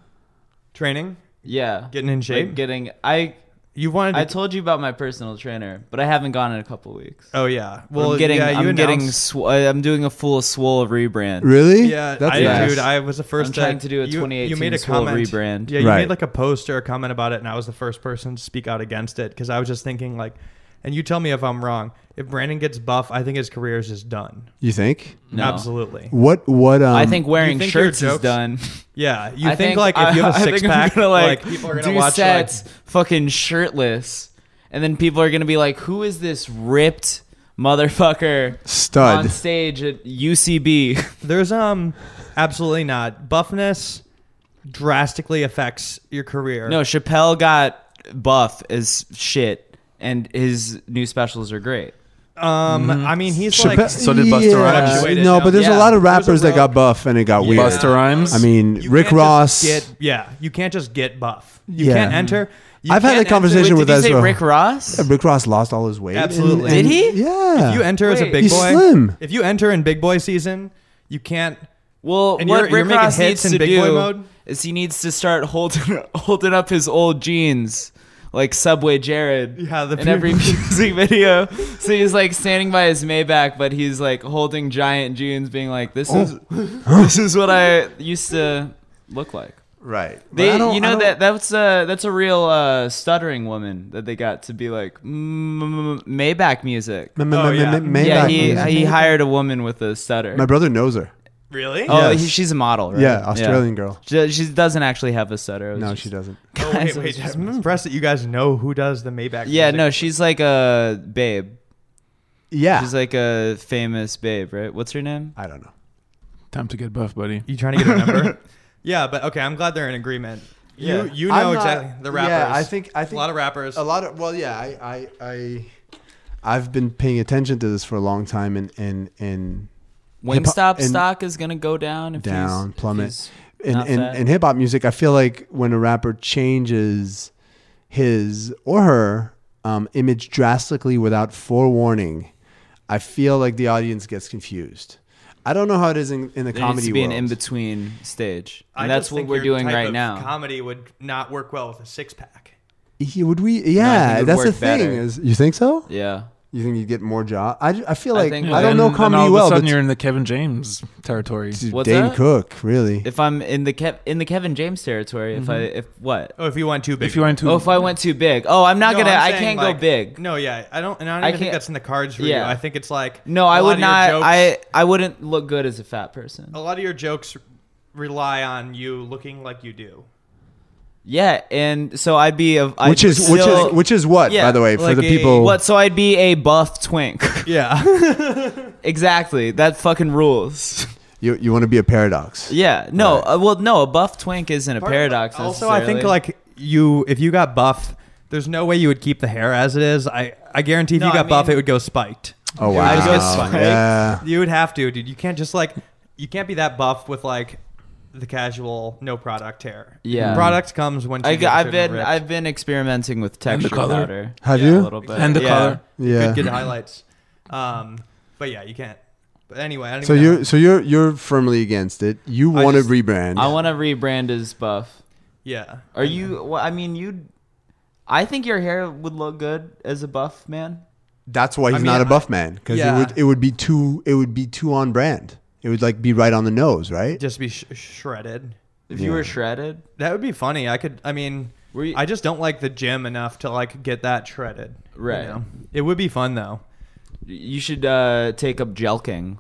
S1: Training,
S2: Yeah.
S1: getting in shape.
S2: Like getting I
S1: you wanted to.
S2: I told you about my personal trainer, but I haven't gone in a couple weeks.
S1: oh yeah. Well,
S2: Well, I'm getting
S1: yeah, you
S2: I'm getting
S1: announced-
S2: sw- I'm doing a full swole rebrand.
S3: Really?
S1: Yeah,
S3: That's
S1: I,
S2: fast.
S1: dude, I was the 1st
S2: I'm trying
S1: that-
S2: to do a
S1: you- You
S2: 2018
S1: made a
S2: Swole
S1: comment.
S2: rebrand.
S1: Yeah, you
S3: Right.
S1: made like a post or a comment about it, and I was the first person to speak out against it because I was just thinking like, and you tell me if I'm wrong. If Brandon gets buff, I think his career is just done.
S3: You think?
S2: No.
S1: Absolutely.
S3: What? What? Um,
S2: I think wearing
S1: Mm. think your
S2: shirts is
S1: jokes-
S2: done.
S1: Yeah, you
S2: I
S1: think, like if you have a
S2: I think
S1: six
S2: I'm
S1: pack,
S2: gonna,
S1: like, people are gonna
S2: do
S1: watch
S2: sets fucking shirtless, and then people are gonna be like, "Who is this ripped motherfucker
S3: stud.
S2: on stage at UCB?"
S1: like there's um absolutely not buffness drastically affects your career.
S2: no, Chappelle got buff as shit, and his new specials are great.
S1: um, I mean he's
S3: Chappelle-
S1: like
S4: So did Busta Rhymes.
S1: Fluctuated,
S3: No, but there's a
S2: yeah.
S3: lot of
S1: There was a
S3: rappers that
S1: rogue-
S3: got buff and it got weird.
S4: Busta Rhymes.
S3: I mean,
S1: you
S3: Rick
S1: can't just
S3: Ross.
S1: Get, yeah, you can't just get buff. You
S3: Yeah.
S1: can't enter. you
S3: I've had
S1: can't
S3: that conversation
S1: enter-
S3: Wait, with
S2: did you say
S3: Ezra.
S2: Rick Ross?
S3: Rick Ross lost all his weight. and-
S1: Absolutely.
S3: and-
S2: Did he?
S3: Yeah.
S1: If you enter as a
S2: Wait.
S1: big
S3: He's
S1: boy,
S3: slim.
S1: if you enter in big boy season, you can't.
S2: Well,
S1: And
S2: what
S1: you're-
S2: Rick
S1: you're making
S2: Ross
S1: hits
S2: needs
S1: in
S2: to
S1: big
S2: do
S1: boy mode?
S2: is he needs to start holding holding up his old jeans like Subway Jared
S1: Yeah, the
S2: in every music video. So he's like standing by his Maybach, but he's like holding giant jeans, being like, "This
S3: Oh.
S2: is this is what I used to look like."
S3: Right. But
S2: They,
S3: I don't-
S2: you
S3: I
S2: know
S3: don't-
S2: that that's a that's a real uh, stuttering woman that they got to be like mm, Maybach music.
S3: Ma- ma-
S1: Oh,
S3: ma-
S1: yeah.
S3: ma- ma-
S2: yeah,
S3: Maybach
S2: he
S3: music.
S2: he hired a woman with a stutter.
S3: My brother knows her.
S1: Really?
S2: Oh,
S3: Yes.
S2: he, she's a model, right?
S3: Yeah, Australian girl.
S2: She, she doesn't actually have a stutter. It was
S3: No,
S2: just-
S3: she doesn't.
S1: Oh,
S2: Guys,
S1: wait,
S2: it was
S1: wait.
S2: just
S1: I'm impressed that you guys know who does the Maybach.
S2: Yeah,
S1: music.
S2: no, she's like a babe.
S3: Yeah.
S2: She's like a famous babe, right? What's her name?
S3: I don't know.
S4: Time to get buff, buddy.
S1: You trying to get a number? yeah, but okay, I'm glad they're in agreement. You
S3: Yeah.
S1: you
S3: I'm
S1: know
S3: not-
S1: exactly the rappers.
S3: yeah, I think- I
S1: a
S3: think-
S1: lot of rappers.
S3: A lot of well, yeah, I, I, I I've been paying attention to this for a long time, and and and
S2: Wingstop
S3: and-
S2: stock is gonna go down. If
S3: Down,
S2: he's, if
S3: plummet.
S2: he's
S3: and
S2: not
S3: and,
S2: fat.
S3: and hip hop music. I feel like when a rapper changes his or her um, image drastically without forewarning, I feel like the audience gets confused. I don't know how it is in, in the
S2: there
S3: comedy
S2: needs to be
S3: world.
S2: an in between stage,
S1: I
S2: and that's
S1: just
S2: what
S1: think
S2: we're
S1: your
S2: doing
S1: type
S2: right
S1: of
S2: now.
S1: Comedy would not work well with a six pack.
S3: He- would we?
S2: I think
S3: Yeah,
S2: it'd
S3: that's the
S2: work better.
S3: thing. Is you think so?
S2: yeah,
S3: You think you'd get more job? I, ju- I feel
S2: I
S3: like I,
S2: think-
S3: don't
S4: Then-
S3: know
S4: then
S3: comedy
S4: all of
S3: well,
S4: a sudden
S3: but
S4: you're in the Kevin James territory.
S3: dude,
S2: What's
S3: Dane
S2: that?
S3: Cook really.
S2: if I'm in the Kev- in the Kevin James territory, if I if what?
S1: Oh, if you want too big.
S4: If you went to
S2: Oh, if I went too big. Oh, I'm not
S1: No,
S2: gonna.
S1: I'm
S2: I
S1: saying,
S2: can't
S1: like-
S2: go big.
S1: No, yeah, I don't. And I
S2: I
S1: don't even think
S2: can't-
S1: that's in the cards for
S2: Yeah.
S1: you. I think it's like
S2: No,
S1: a
S2: I
S1: lot
S2: would
S1: of your
S2: not.
S1: jokes-
S2: I I wouldn't look good as a fat person.
S1: a lot of your jokes rely on you looking like you do.
S2: Yeah, and so I'd be a I'd
S3: which is
S2: still,
S3: which is which is what
S2: Yeah,
S3: by the way
S1: like
S3: for the
S1: a-
S3: people
S2: what? So I'd be a buff twink.
S1: Yeah.
S2: exactly, that fucking rules.
S3: you you want to be a paradox
S2: yeah, no,
S3: Right.
S2: uh, well, no, a buff twink isn't a paradox.
S1: Also, I think
S2: necessarily.
S1: like you, if you got buff, there's no way you would keep the hair as it is. I, I guarantee if
S2: No,
S1: you
S2: I
S1: got buff,
S2: mean-
S1: it would go spiked.
S3: oh
S1: It
S3: wow
S1: would go spiked.
S3: yeah
S1: You would have to, dude. You can't just like, you can't be that buff with like the casual no product hair.
S2: Yeah.
S1: Product comes when
S2: I,
S1: you get
S2: have
S1: certain
S2: been
S1: ripped.
S2: I've been experimenting with texture
S4: color.
S2: powder.
S3: Have
S2: yeah,
S3: you?
S2: a little bit?
S4: and the
S2: yeah.
S4: color.
S3: yeah
S1: good, good highlights. Um, but yeah, you can't. But anyway, I don't
S3: so
S1: even
S3: you're
S1: know.
S3: so you're you're firmly against it you
S1: I
S3: want to
S1: just-
S3: rebrand
S2: I want to rebrand as buff.
S1: yeah.
S2: Are you? Well, I mean, you. I think your hair would look good as a buff man.
S3: that's why he's
S1: I mean,
S3: not a
S1: I-
S3: buff man because
S1: Yeah.
S3: it would it would be too it would be too on brand it would like be right on the nose right
S1: just be sh- shredded?
S2: If you
S3: Yeah.
S2: were shredded,
S1: That would be funny. I could. I mean,
S2: Were you-
S1: I just don't like the gym enough to like get that shredded. you
S2: Right.
S1: know? It would be fun though.
S2: you should uh, take up jelking.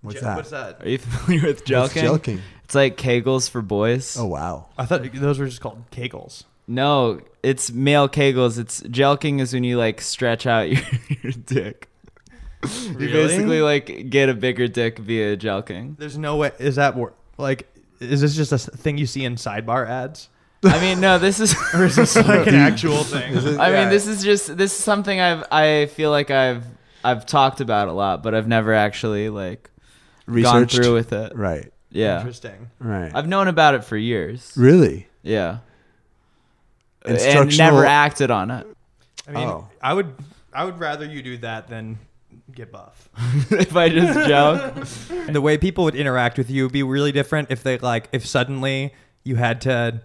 S3: what's
S1: J-
S3: that
S1: What's that?
S2: Are you familiar with jelking?
S3: What's jelking
S2: It's like Kegels for boys.
S3: oh wow
S1: I thought those were just called kegels.
S2: No, it's male Kegels. It's jelking is when you like stretch out your, your dick. You
S1: Really?
S2: basically like get a bigger dick via jelking.
S1: There's no way. Is that wor- Like, is this just a s- thing you see in sidebar ads?
S2: I mean, no, this is.
S1: Or is this like an actual thing?
S2: I mean, this is just this is something I've I feel like I've I've talked about a lot, but I've never actually like gone
S3: researched.
S2: through with it.
S3: Right.
S2: Yeah,
S1: Interesting.
S3: Right.
S2: I've known about it for years.
S3: really?
S2: Yeah, and
S3: Instructional-
S2: never acted on it.
S1: I mean,
S3: Oh.
S1: I would, I would rather you do that than get buff.
S2: if I just joke,
S1: the way people would interact with you would be really different if they like if suddenly you had to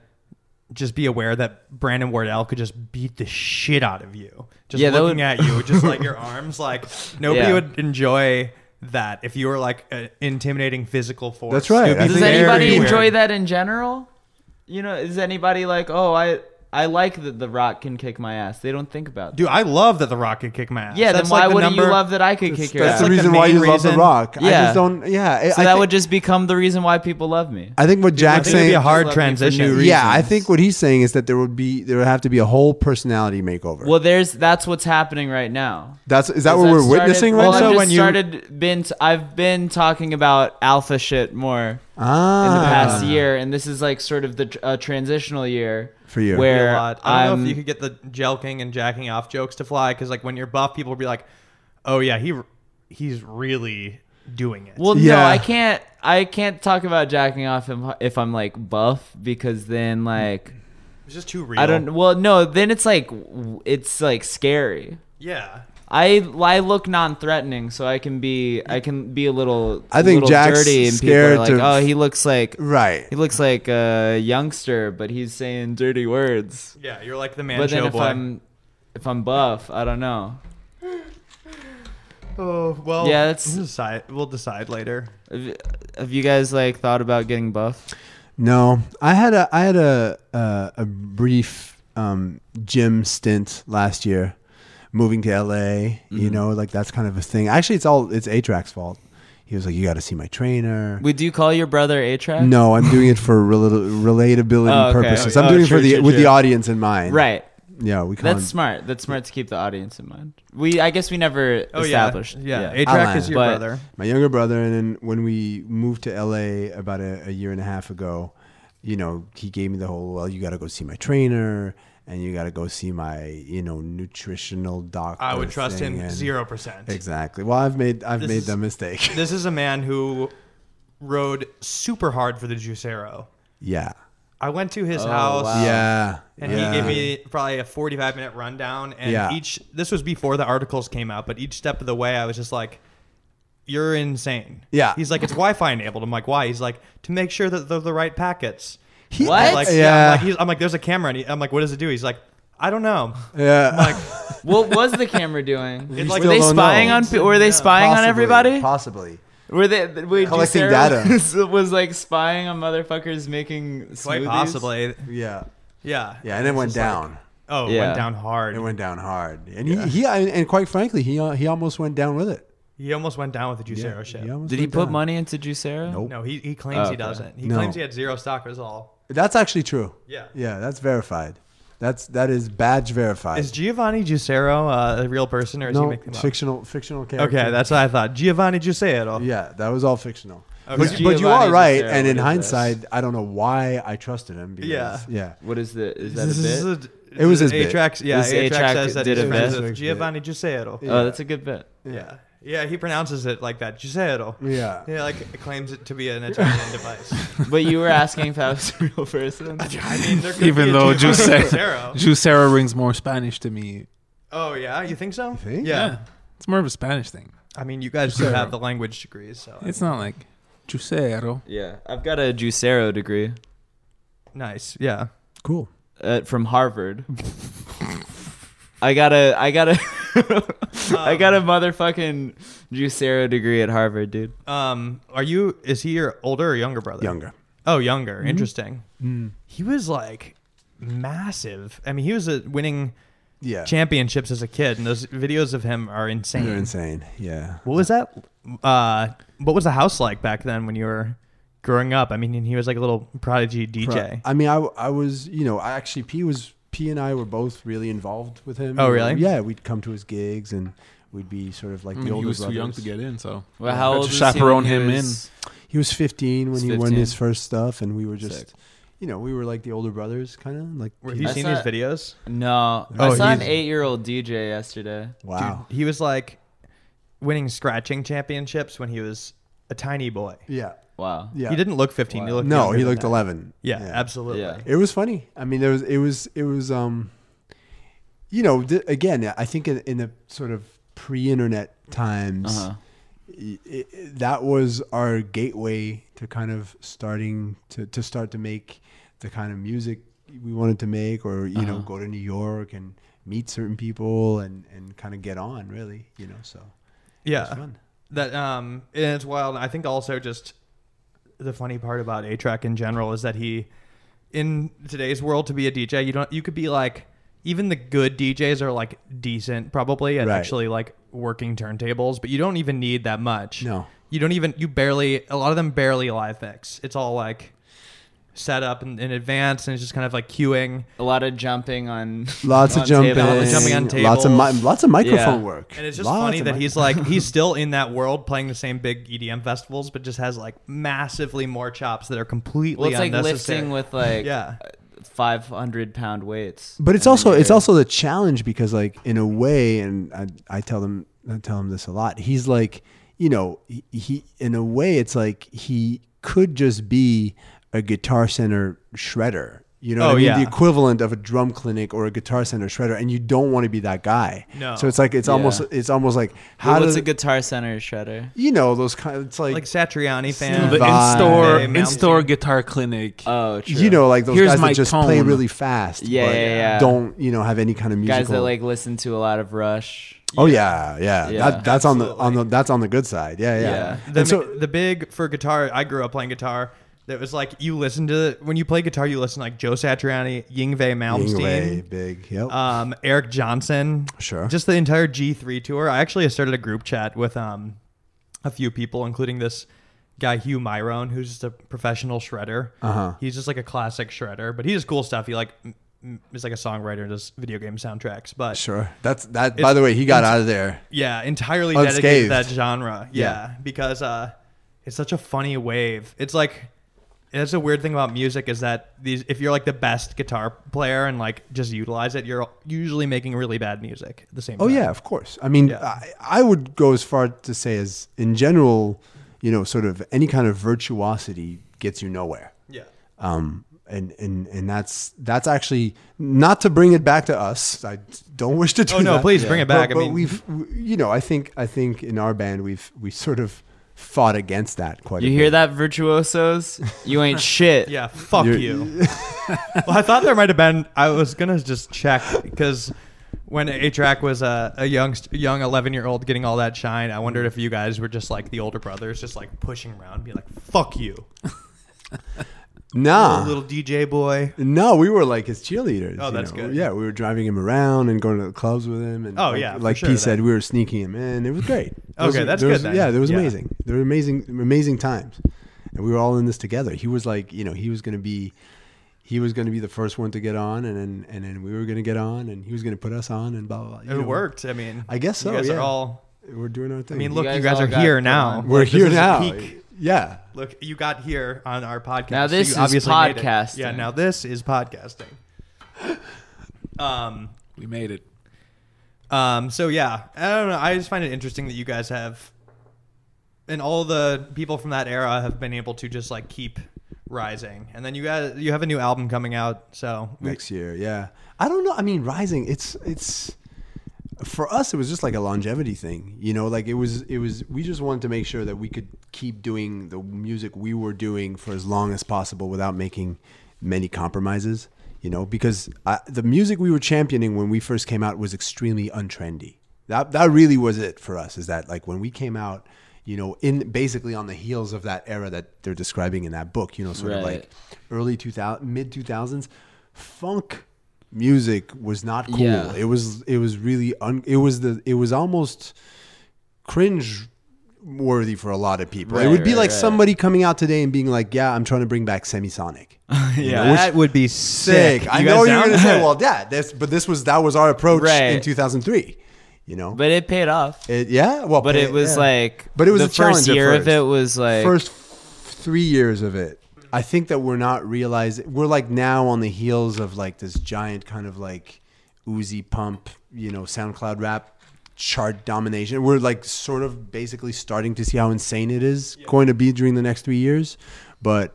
S1: just be aware that Brandon Wardell could just beat the shit out of you. Just
S2: Yeah, that
S1: looking
S2: would-
S1: at you, just like your arms, like nobody
S2: Yeah.
S1: would enjoy that if you were like an intimidating physical force.
S3: That's
S1: It
S3: right.
S1: would be
S3: I
S2: does
S3: think-
S1: very
S2: anybody
S1: weird.
S2: enjoy that in general? You know, is anybody like, oh, I I like that the Rock can kick my ass? They don't think about. That.
S1: Dude, I love that the Rock could kick my ass.
S2: Yeah,
S1: that's
S2: then why
S1: like the
S2: wouldn't you
S1: number-
S2: love that I could kick your
S3: That's
S2: ass?
S1: Yeah.
S3: the
S1: Like the
S3: reason why
S1: main
S3: you love The
S1: reason.
S3: Rock. I
S2: Yeah.
S3: just don't. Yeah. I,
S2: so
S3: I
S2: that
S3: think,
S2: would just become the reason why people love me.
S3: I think what
S1: I
S3: Jack's
S1: think it'd
S3: saying.
S1: be a hard
S2: Just love me for
S1: transition.
S2: sure.
S3: yeah, I
S2: reasons.
S3: think what he's saying is that there would be there would have to be a whole personality makeover.
S2: Well, there's that's what's happening right now.
S3: that's is that
S2: Because
S3: what
S2: I've
S3: we're
S2: started-
S3: witnessing
S2: well,
S3: right
S2: I've
S3: now?
S2: just
S1: when you-
S2: started been t- I've been talking about alpha shit more in
S3: ah,
S2: the past year, and this is like sort of the tr- uh, transitional year
S3: For you.
S1: be a
S2: where
S1: lot. I don't
S2: am
S1: know if you could get the jelking and jacking off jokes to fly because like when you're buff, people will be like, "Oh yeah, he he's really doing it."
S2: Well, no,
S3: Yeah.
S2: I can't. I can't talk about jacking off if, if I'm like buff because then like
S1: it's just too real.
S2: I don't. Well, no, then it's like w- it's like scary.
S1: Yeah.
S2: I I look non-threatening, so I can be I can be a little
S3: I think
S2: little
S3: Jack's
S2: dirty, and people
S3: scared
S2: are like,
S3: to-
S2: oh, he looks like
S3: right.
S2: he looks like a youngster, but he's saying dirty words.
S1: Yeah, you're like the man
S2: but then
S1: show
S2: if
S1: boy.
S2: I'm if I'm buff, I don't know.
S1: oh well.
S2: Yeah, that's-
S1: we'll decide. We'll decide later.
S2: Have, have you guys like thought about getting buff?
S3: No, I had a I had a a, a brief um, gym stint last year, moving to LA.
S2: Mm-hmm.
S3: You know, like that's kind of a thing. Actually, it's all it's Atrax's fault. He was like, "You got to see my trainer."
S2: Would you call your brother Atrax?
S3: no, I'm doing it for rel- relatability
S2: Oh, okay.
S3: purposes.
S2: Oh,
S3: I'm doing it for
S2: true,
S3: the
S2: true,
S3: with the
S2: true.
S3: audience in mind.
S2: Right.
S3: Yeah, we
S2: That's
S3: can't.
S2: smart. That's smart to keep the audience in mind. We I guess we never
S1: Oh
S2: established.
S1: yeah. Yeah.
S2: yeah.
S1: Atrac
S3: Outline.
S1: is your
S2: But-
S1: brother.
S3: my younger brother and then when we moved to la about a, a year and a half ago you know he gave me the whole well you got to go see my trainer and you got to go see my you know nutritional doctor
S1: I would trust
S3: thing,"
S1: him
S3: and-
S1: zero percent.
S3: exactly well i've made i've
S1: This
S3: made
S1: is-
S3: that mistake
S1: This is a man who rode super hard for the Juicero.
S3: yeah
S1: I went to his house.
S2: wow.
S3: Oh, yeah
S1: Um, And
S3: yeah.
S1: he gave me probably a 45 minute rundown. And
S3: Yeah.
S1: each, this was before the articles came out, but each step of the way, I was just like, you're insane.
S3: Yeah.
S1: He's like, it's Wi Fi enabled. I'm like, why? He's like, to make sure that they're the right packets.
S3: He-
S2: What?
S1: I'm like, yeah.
S3: Yeah.
S1: I'm, like, he's, I'm like, there's a camera. And he, I'm like, what does it do? He's like, I don't know.
S3: yeah
S1: I'm like,
S2: Uh, What was the camera doing?
S1: It's
S2: were
S1: like-
S2: they
S3: Still don't
S2: spying
S3: know.
S2: on? pe- Were they spying on
S3: Possibly,
S2: everybody?
S3: possibly
S2: Were they wait,
S3: Collecting
S2: Sarah
S3: data.
S2: was, was, like spying on motherfuckers making smoothies?
S1: quite possibly.
S3: yeah
S1: Yeah.
S3: yeah and it went
S1: It's just like-
S3: down
S1: oh, it
S2: Yeah.
S1: went down hard.
S3: it went down hard and he, he and quite frankly he uh, he almost went down with it
S1: he almost went down with the
S3: Yeah,
S1: Juicero shit.
S3: he almost
S2: Did he
S3: went
S2: put
S3: down.
S2: money into Juicero?
S3: Nope.
S1: No, he, he claims
S2: Oh,
S1: he
S2: okay.
S1: doesn't. He
S3: No.
S1: claims he had zero stock was all.
S3: That's actually true.
S1: Yeah.
S3: Yeah, that's verified. That's that is badge verified.
S1: Is Giovanni Juicero uh, a real person or is he
S3: no,
S1: making them up?
S3: fictional fictional character.
S1: Okay, that's what I thought. Giovanni Giuseppe.
S3: Yeah, that was all fictional.
S1: Okay.
S3: But, but you
S2: Giovanni
S3: are right,
S2: Giuseppe,
S3: and in
S2: what is this?
S3: hindsight, I don't know why I trusted him. Because,
S1: Yeah.
S3: yeah,
S2: What is the is that
S1: This is
S2: a bit?
S1: a-
S3: It was his bit.
S1: Atrax. Yeah,
S2: This
S1: Atrax,
S2: Atrax
S1: says that
S2: did
S1: he's
S2: a
S1: friends
S3: bit.
S1: with Giovanni Giuseppe. Yeah.
S2: Oh, that's a good bit.
S1: yeah, he pronounces it like that, Giuseppe.
S3: Yeah.
S1: yeah, like it claims it to be an Italian device.
S2: But you were asking if I was a real person.
S1: I mean, there could
S4: Even
S1: be a
S4: though
S1: Giovanni
S4: Giuseppe-
S1: Giuseppe.
S4: Juicero rings more Spanish to me.
S1: Oh yeah, you think so?
S3: think?
S1: Yeah.
S4: It's more of a Spanish thing.
S1: I mean, you guys do
S4: Giuseppe.
S1: have the language degrees, so
S4: It's not like Juicero.
S2: Yeah, I've got a Juicero degree
S1: nice. Yeah,
S3: cool.
S2: uh, from Harvard. I got a I got a I got a motherfucking Juicero degree at Harvard, dude.
S1: Um, are you? Is he your older or younger brother?
S3: Younger.
S1: Oh, younger. Interesting. He was like massive. I mean, he was a winning
S3: Yeah,
S1: championships as a kid, and those videos of him are insane.
S3: they're insane. Yeah,
S1: What was that? Uh, what was the house like back then when you were growing up? I mean, and he was like a little prodigy DJ.
S3: I mean, I, I was, you know, I actually P was P and I were both really involved with him.
S1: Oh, really?
S3: Yeah, we'd come to his gigs and we'd be sort of like
S4: I
S3: the
S4: mean,
S3: older
S4: Mm, he was too young
S3: brothers.
S4: to get in, so
S2: Well, how
S4: Had
S2: old
S4: to
S2: was he
S4: chaperone
S2: when he
S4: him
S2: was-
S3: He was 15 when
S2: He's
S3: he won
S2: 15.
S3: his first stuff, and we were just,
S2: Sick.
S3: you know, we were like the older brothers, kind of like.
S1: Have you
S2: I
S1: seen
S2: saw-
S1: these videos?
S2: No,
S1: Oh,
S2: I saw an
S1: he's-
S2: eight-year-old DJ yesterday.
S3: wow.
S1: Dude, he was like winning scratching championships when he was a tiny boy.
S3: Yeah,
S2: Wow.
S3: yeah.
S1: He didn't look 15. He looked
S3: No,
S1: younger
S3: he
S1: than
S3: looked
S1: that.
S3: 11.
S1: Yeah, absolutely.
S2: Yeah.
S3: It was funny. I mean, there was it was it was um, you know, th- again, I think in, in the sort of pre-internet times,
S2: Uh-huh.
S3: i- i- that was our gateway to kind of starting to to start to make the kind of music we wanted to make, or you know, go to New York and meet certain people and and kind of get on, really, you know. So
S1: Yeah.
S3: fun.
S1: That um and it's wild. I think also just the funny part about A Track in general is that he in today's world to be a DJ, you don't you could be like even the good DJs are like decent probably and
S3: Right.
S1: actually like working turntables, but you don't even need that much.
S3: No.
S1: You don't even you barely a lot of them barely live fix. It's all like set up in, in advance and it's just kind of like queuing.
S2: A lot of jumping on.
S3: lots
S2: on
S3: of jumping,
S2: tables.
S1: Lots of jumping on
S3: lots of mi-
S1: tables.
S3: lots of microphone
S2: Yeah.
S3: work,
S1: And it's just
S3: Lots
S1: funny
S3: of
S1: that
S3: mic-
S1: he's like he's still in that world playing the same big EDM festivals, but just has like massively more chops that are
S2: Well,
S1: completely
S2: it's like
S1: unnecessary.
S2: lifting with like uh,
S1: Yeah.
S2: five hundred pound weights.
S3: But it's
S2: And
S3: also
S2: you're-
S3: it's also the challenge because like in a way, and I, I tell them I tell him this a lot. He's like, you know, he, he in a way it's like he could just be a guitar center shredder. You know, what
S1: Oh,
S3: I mean?
S1: yeah.
S3: the equivalent of a drum clinic or a guitar center shredder, and you don't want to be that guy.
S1: No.
S3: So it's like it's
S2: Yeah.
S3: almost it's almost like how
S2: What's
S3: does
S2: a guitar center shredder?
S3: you know those kind? It's like,
S1: like Satriani fans.
S4: The
S3: Vibe.
S4: in-store,
S1: Hey, Mountain
S4: in-store guitar clinic.
S2: Oh, true.
S3: you know, like those
S4: Here's
S3: guys
S4: my
S3: that just play
S4: tone.
S3: really fast,
S2: Yeah,
S3: but
S2: yeah, yeah.
S3: don't you know have any kind of musical
S2: guys that like listen to a lot of Rush.
S3: Oh yeah, yeah.
S2: Yeah.
S3: that, that's on the on the that's on the good side. Yeah, yeah.
S2: Yeah.
S1: The,
S3: And so
S1: the big for guitar, I grew up playing guitar. That was like you listen to when you play guitar, you listen to, like Joe Satriani, Yngwie
S3: Yingwei,
S1: Malmsteen,
S3: big. Yep.
S1: um, Eric Johnson.
S3: Sure.
S1: Just the entire G3 tour. I actually started a group chat with um, a few people, including this guy Hugh Myron, who's just a professional shredder.
S3: Uh-huh.
S1: He's just like a classic shredder, but he does cool stuff. He like m- m- is like a songwriter, and does video game soundtracks. But
S3: sure. That's that. By the way, he got out of there.
S1: yeah, entirely dedicated to
S3: Unscathed.
S1: that genre. Yeah,
S3: Yeah.
S1: because uh, it's such a funny wave. It's like that's a weird thing about music is that these if you're like the best guitar player and like just utilize it, you're usually making really bad music at the same.
S3: Oh
S1: time.
S3: yeah, of course. I mean,
S1: Yeah.
S3: I, I would go as far to say as in general, you know, sort of any kind of virtuosity gets you nowhere.
S1: yeah.
S3: um, and and and that's that's actually not to bring it back to us. I don't wish to do.
S1: Oh, no,
S3: that.
S1: please bring it back. I
S3: But, but
S1: mean-
S3: we've w- you know I think I think in our band we've we sort of fought against that quite.
S2: You
S3: a
S2: hear
S3: bit.
S2: that, virtuosos? You ain't shit.
S1: Yeah, fuck
S3: You're-
S1: you. well, I thought there might have been. I was gonna just check because when A-Track was a, a young young eleven year old getting all that shine, I wondered if you guys were just like the older brothers, just like pushing around, being like, "Fuck you,
S3: Nah,
S1: little DJ boy."
S3: no, we were like his cheerleaders.
S1: Oh,
S3: you
S1: that's
S3: know.
S1: good.
S3: Yeah, we were driving him around and going to the clubs with him. And
S1: Oh,
S3: like,
S1: yeah, for
S3: like
S1: sure,
S3: P
S1: that-
S3: said, we were sneaking him in. It was great. Those
S1: Okay,
S3: were-
S1: that's
S3: there
S1: good
S3: was-
S1: then.
S3: Yeah, it was
S1: Yeah.
S3: amazing. There were amazing, amazing times, and we were all in this together. He was like, you know, he was going to be, he was going to be the first one to get on, and then and then we were going to get on, and he was going to put us on, and blah blah. blah.
S1: It
S3: You know,
S1: worked. I mean,
S3: I guess so,
S1: You guys
S3: yeah.
S1: are all.
S3: We're doing our thing.
S1: I mean,
S2: You
S1: look, you guys,
S2: guys all
S1: are
S2: got
S1: here
S2: put
S1: now.
S2: on.
S3: we're
S1: Like, this
S3: here
S1: is the
S3: now.
S1: peak.
S3: Yeah.
S1: Look, you got here on our podcast.
S2: Now this
S1: you
S2: is
S1: obviously made it.
S2: podcasting.
S1: Yeah, now this is podcasting. Um.
S4: We made it.
S1: Um, so yeah, I don't know. I just find it interesting that you guys have, and all the people from that era have been able to just like keep rising. And then you guys, you have a new album coming out, so we-
S3: next year. Yeah, I don't know. I mean, Rising. It's it's for us. It was just like a longevity thing, you know. Like it was it was. We just wanted to make sure that we could keep doing the music we were doing for as long as possible without making many compromises, you know. Because I, the music we were championing when we first came out was extremely untrendy. That that really was it for us. Is that like when we came out. You know, in basically on the heels of that era that they're describing in that book, you know, sort of
S2: Right.
S3: like early 2000 mid 2000s funk music was not cool
S2: Yeah.
S3: it was it was really un, it was the it was almost cringe worthy for a lot of people it
S2: Right,
S3: would be
S2: right,
S3: like
S2: right.
S3: somebody coming out today and being like yeah i'm trying to bring back semisonic
S2: Yeah.
S1: that would be sick.
S3: sick i
S1: You
S3: know
S1: guys
S3: you're
S1: down?
S3: gonna say well yeah that's but this was that was our approach
S2: Right.
S3: in 2003 you know
S2: But it paid off.
S3: it, yeah well
S2: but it was
S3: yeah.
S2: like
S3: But it was
S2: the
S3: a challenge
S2: first
S3: at
S2: year
S3: first.
S2: of it was like
S3: first three years of it. I think that we're not realizing we're like now on the heels of like this giant kind of like Uzi pump, you know, SoundCloud rap chart domination. We're like sort of basically starting to see how insane it is going to be during the next three years. But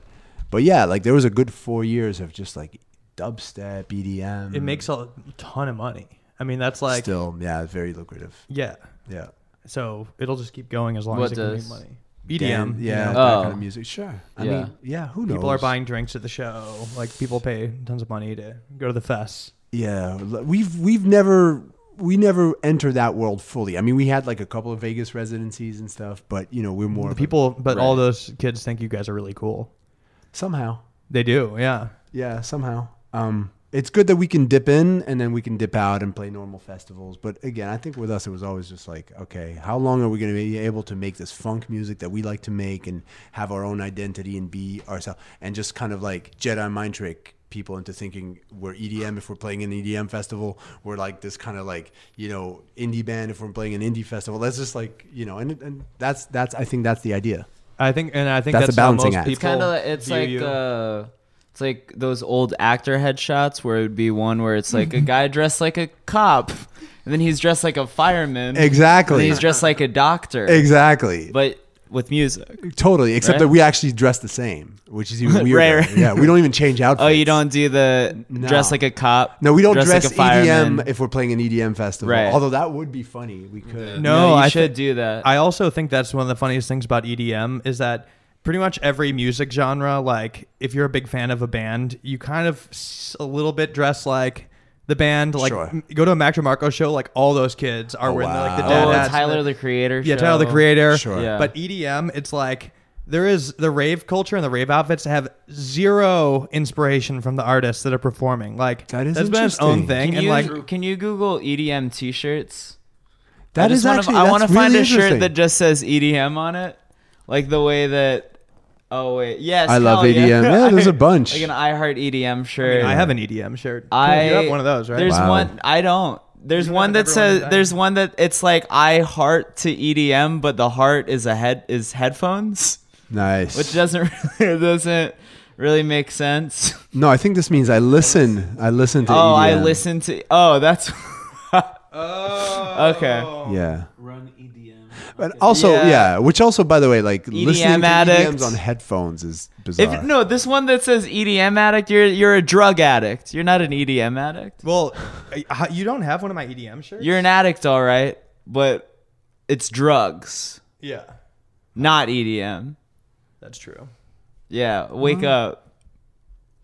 S3: but yeah, like there was a good four years of just like dubstep, E EDM.
S1: It makes a ton of money. I mean, that's like
S3: still yeah, very lucrative.
S1: yeah.
S3: Yeah.
S1: So it'll just keep going as long
S2: What
S1: as it
S2: does-
S1: can
S2: E
S1: make money.
S3: Dan-
S1: EDM,
S3: yeah,
S1: you know.
S3: that
S2: Oh.
S3: kind of music. Sure. I
S2: Yeah.
S3: mean, yeah, who knows?
S1: people are buying drinks at the show. Like people pay tons of money to go to the fest.
S3: Yeah, l- we've we've never we never entered that world fully. I mean, we had like a couple of Vegas residencies and stuff, but you know, we're more
S1: The
S3: of a-
S1: people, but all
S2: Right.
S1: those kids think you guys are really cool.
S3: somehow.
S1: They do, yeah.
S3: Yeah, somehow. Um, it's good that we can dip in and then we can dip out and play normal festivals. But again, I think with us, it was always just like, okay, how long are we going to be able to make this funk music that we like to make and have our own identity and be ourselves and just kind of like Jedi mind trick people into thinking we're EDM if we're playing an EDM festival. We're like this kind of like, you know, indie band if we're playing an indie festival. That's just like, you know, and, and that's, that's, I think that's the idea.
S1: I think, and I think
S3: That's
S1: that's,
S3: a
S1: how
S3: balancing
S1: most
S3: act.
S1: people.
S3: It's
S2: It's kind of it's
S1: view
S2: like
S1: you.
S2: uh, it's like those old actor headshots where it'd be one where it's like a guy dressed like a cop, and then he's dressed like a fireman, and then
S3: Exactly.
S2: he's dressed like a doctor,
S3: Exactly.
S2: but with music.
S3: Totally, except
S2: Right?
S3: that we actually dress the same, which is even weirder.
S2: Right, right.
S3: Yeah, we don't even change outfits.
S2: Oh, you don't do the
S3: No.
S2: dress like a cop.
S3: No, we don't dress,
S2: like a fireman.
S3: EDM if we're playing an EDM festival.
S2: Right.
S3: Although that would be funny. We could.
S1: No,
S2: you
S1: I
S2: should
S1: thi-
S2: do that.
S1: I also think that's one of the funniest things about EDM is that pretty much every music genre, like if you're a big fan of a band, you kind of s- a little bit dress like the band. Like
S3: Sure.
S1: m- go to a Mac DeMarco show, like all those kids are
S3: Oh,
S1: wearing like the
S3: wow.
S1: dad
S2: oh,
S1: hats. and
S2: Tyler
S1: the-
S2: the Creator.
S1: yeah,
S2: show.
S1: Tyler the Creator.
S3: Sure.
S2: Yeah.
S1: But EDM, it's like there is the rave culture and the rave outfits have zero inspiration from the artists that are performing. Like
S3: That is
S1: has been its own
S3: interesting.
S1: thing,
S2: Can
S1: and
S2: you,
S1: like
S2: can you Google EDM T-shirts? I
S3: That
S2: just
S3: is
S2: wanna,
S3: actually.
S2: I want to find a
S3: shirt
S2: shirt that just says EDM on it, like the way that. Oh wait, yes.
S3: I love
S2: hell
S3: EDM. Yeah, there's a bunch.
S2: Like an I Heart EDM
S1: I,
S2: shirt.
S1: mean, I have an EDM shirt.
S2: I
S1: you have one of those, right?
S2: There's
S3: Wow.
S2: one. I don't. There's
S1: You
S2: one
S1: have
S2: that
S1: everyone in
S2: says.
S1: that.
S2: There's one that it's like I heart to EDM, but the heart is a head is headphones,
S3: Nice.
S2: which doesn't really, doesn't really make sense.
S3: no, I think this means I listen. I listen to. E
S2: Oh, I
S3: EDM.
S2: listen to. Oh, that's.
S1: Oh.
S2: okay.
S3: Yeah,
S4: Run EDM.
S3: but also yeah.
S2: Yeah. E
S3: which also by the way, like listening to
S2: addict.
S3: EDMs on headphones is bizarre.
S2: If no, oh, this one that says EDM addict, you're you're a drug addict. You're not an EDM addict.
S1: Well, I- how- you don't have one of my EDM shirts.
S2: You're an addict, all right, but it's drugs,
S1: yeah,
S2: not EDM.
S1: that's true.
S2: Yeah, wake
S3: Mm-hmm.
S2: up.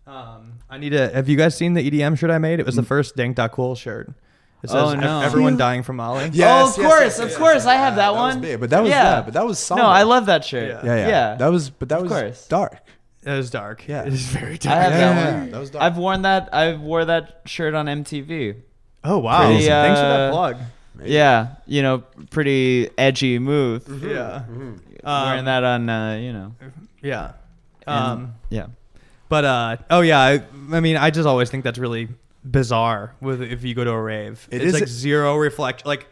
S1: Um, I need to. Have you guys seen the EDM shirt I made? It was the first Dank Dot Cool shirt. It says
S2: Mm. Oh, no.
S1: "Ev- everyone dying from Molly.
S3: Yeah.
S2: oh, of
S3: Yes, yes,
S2: course,
S3: yes,
S2: of
S3: yes,
S2: course, I have that,
S3: that was
S2: one.
S3: big, but that was- yeah, but that was
S2: No,
S3: somber.
S2: I love that shirt.
S1: Yeah.
S3: yeah, yeah,
S2: yeah.
S3: That was, but that was
S2: course.
S3: dark.
S1: It was dark.
S3: Yeah.
S1: it is very
S2: I
S1: dark.
S2: have that
S3: Yeah,
S2: one.
S3: that was dark.
S2: I've worn that. I've wore that shirt on MTV.
S1: Oh wow!
S2: Pretty,
S1: Thanks for that
S2: uh,
S1: plug.
S2: Yeah, you know, pretty edgy move.
S3: Mm-hmm.
S1: Yeah,
S2: Mm-hmm.
S3: Um,
S2: Wearing that on, uh, you know,
S1: yeah. Um,
S2: yeah.
S1: But uh, oh yeah, I, I mean, I just always think that's really bizarre. With if you go to a rave,
S3: It
S1: it's
S3: is-
S1: like zero reflect. Like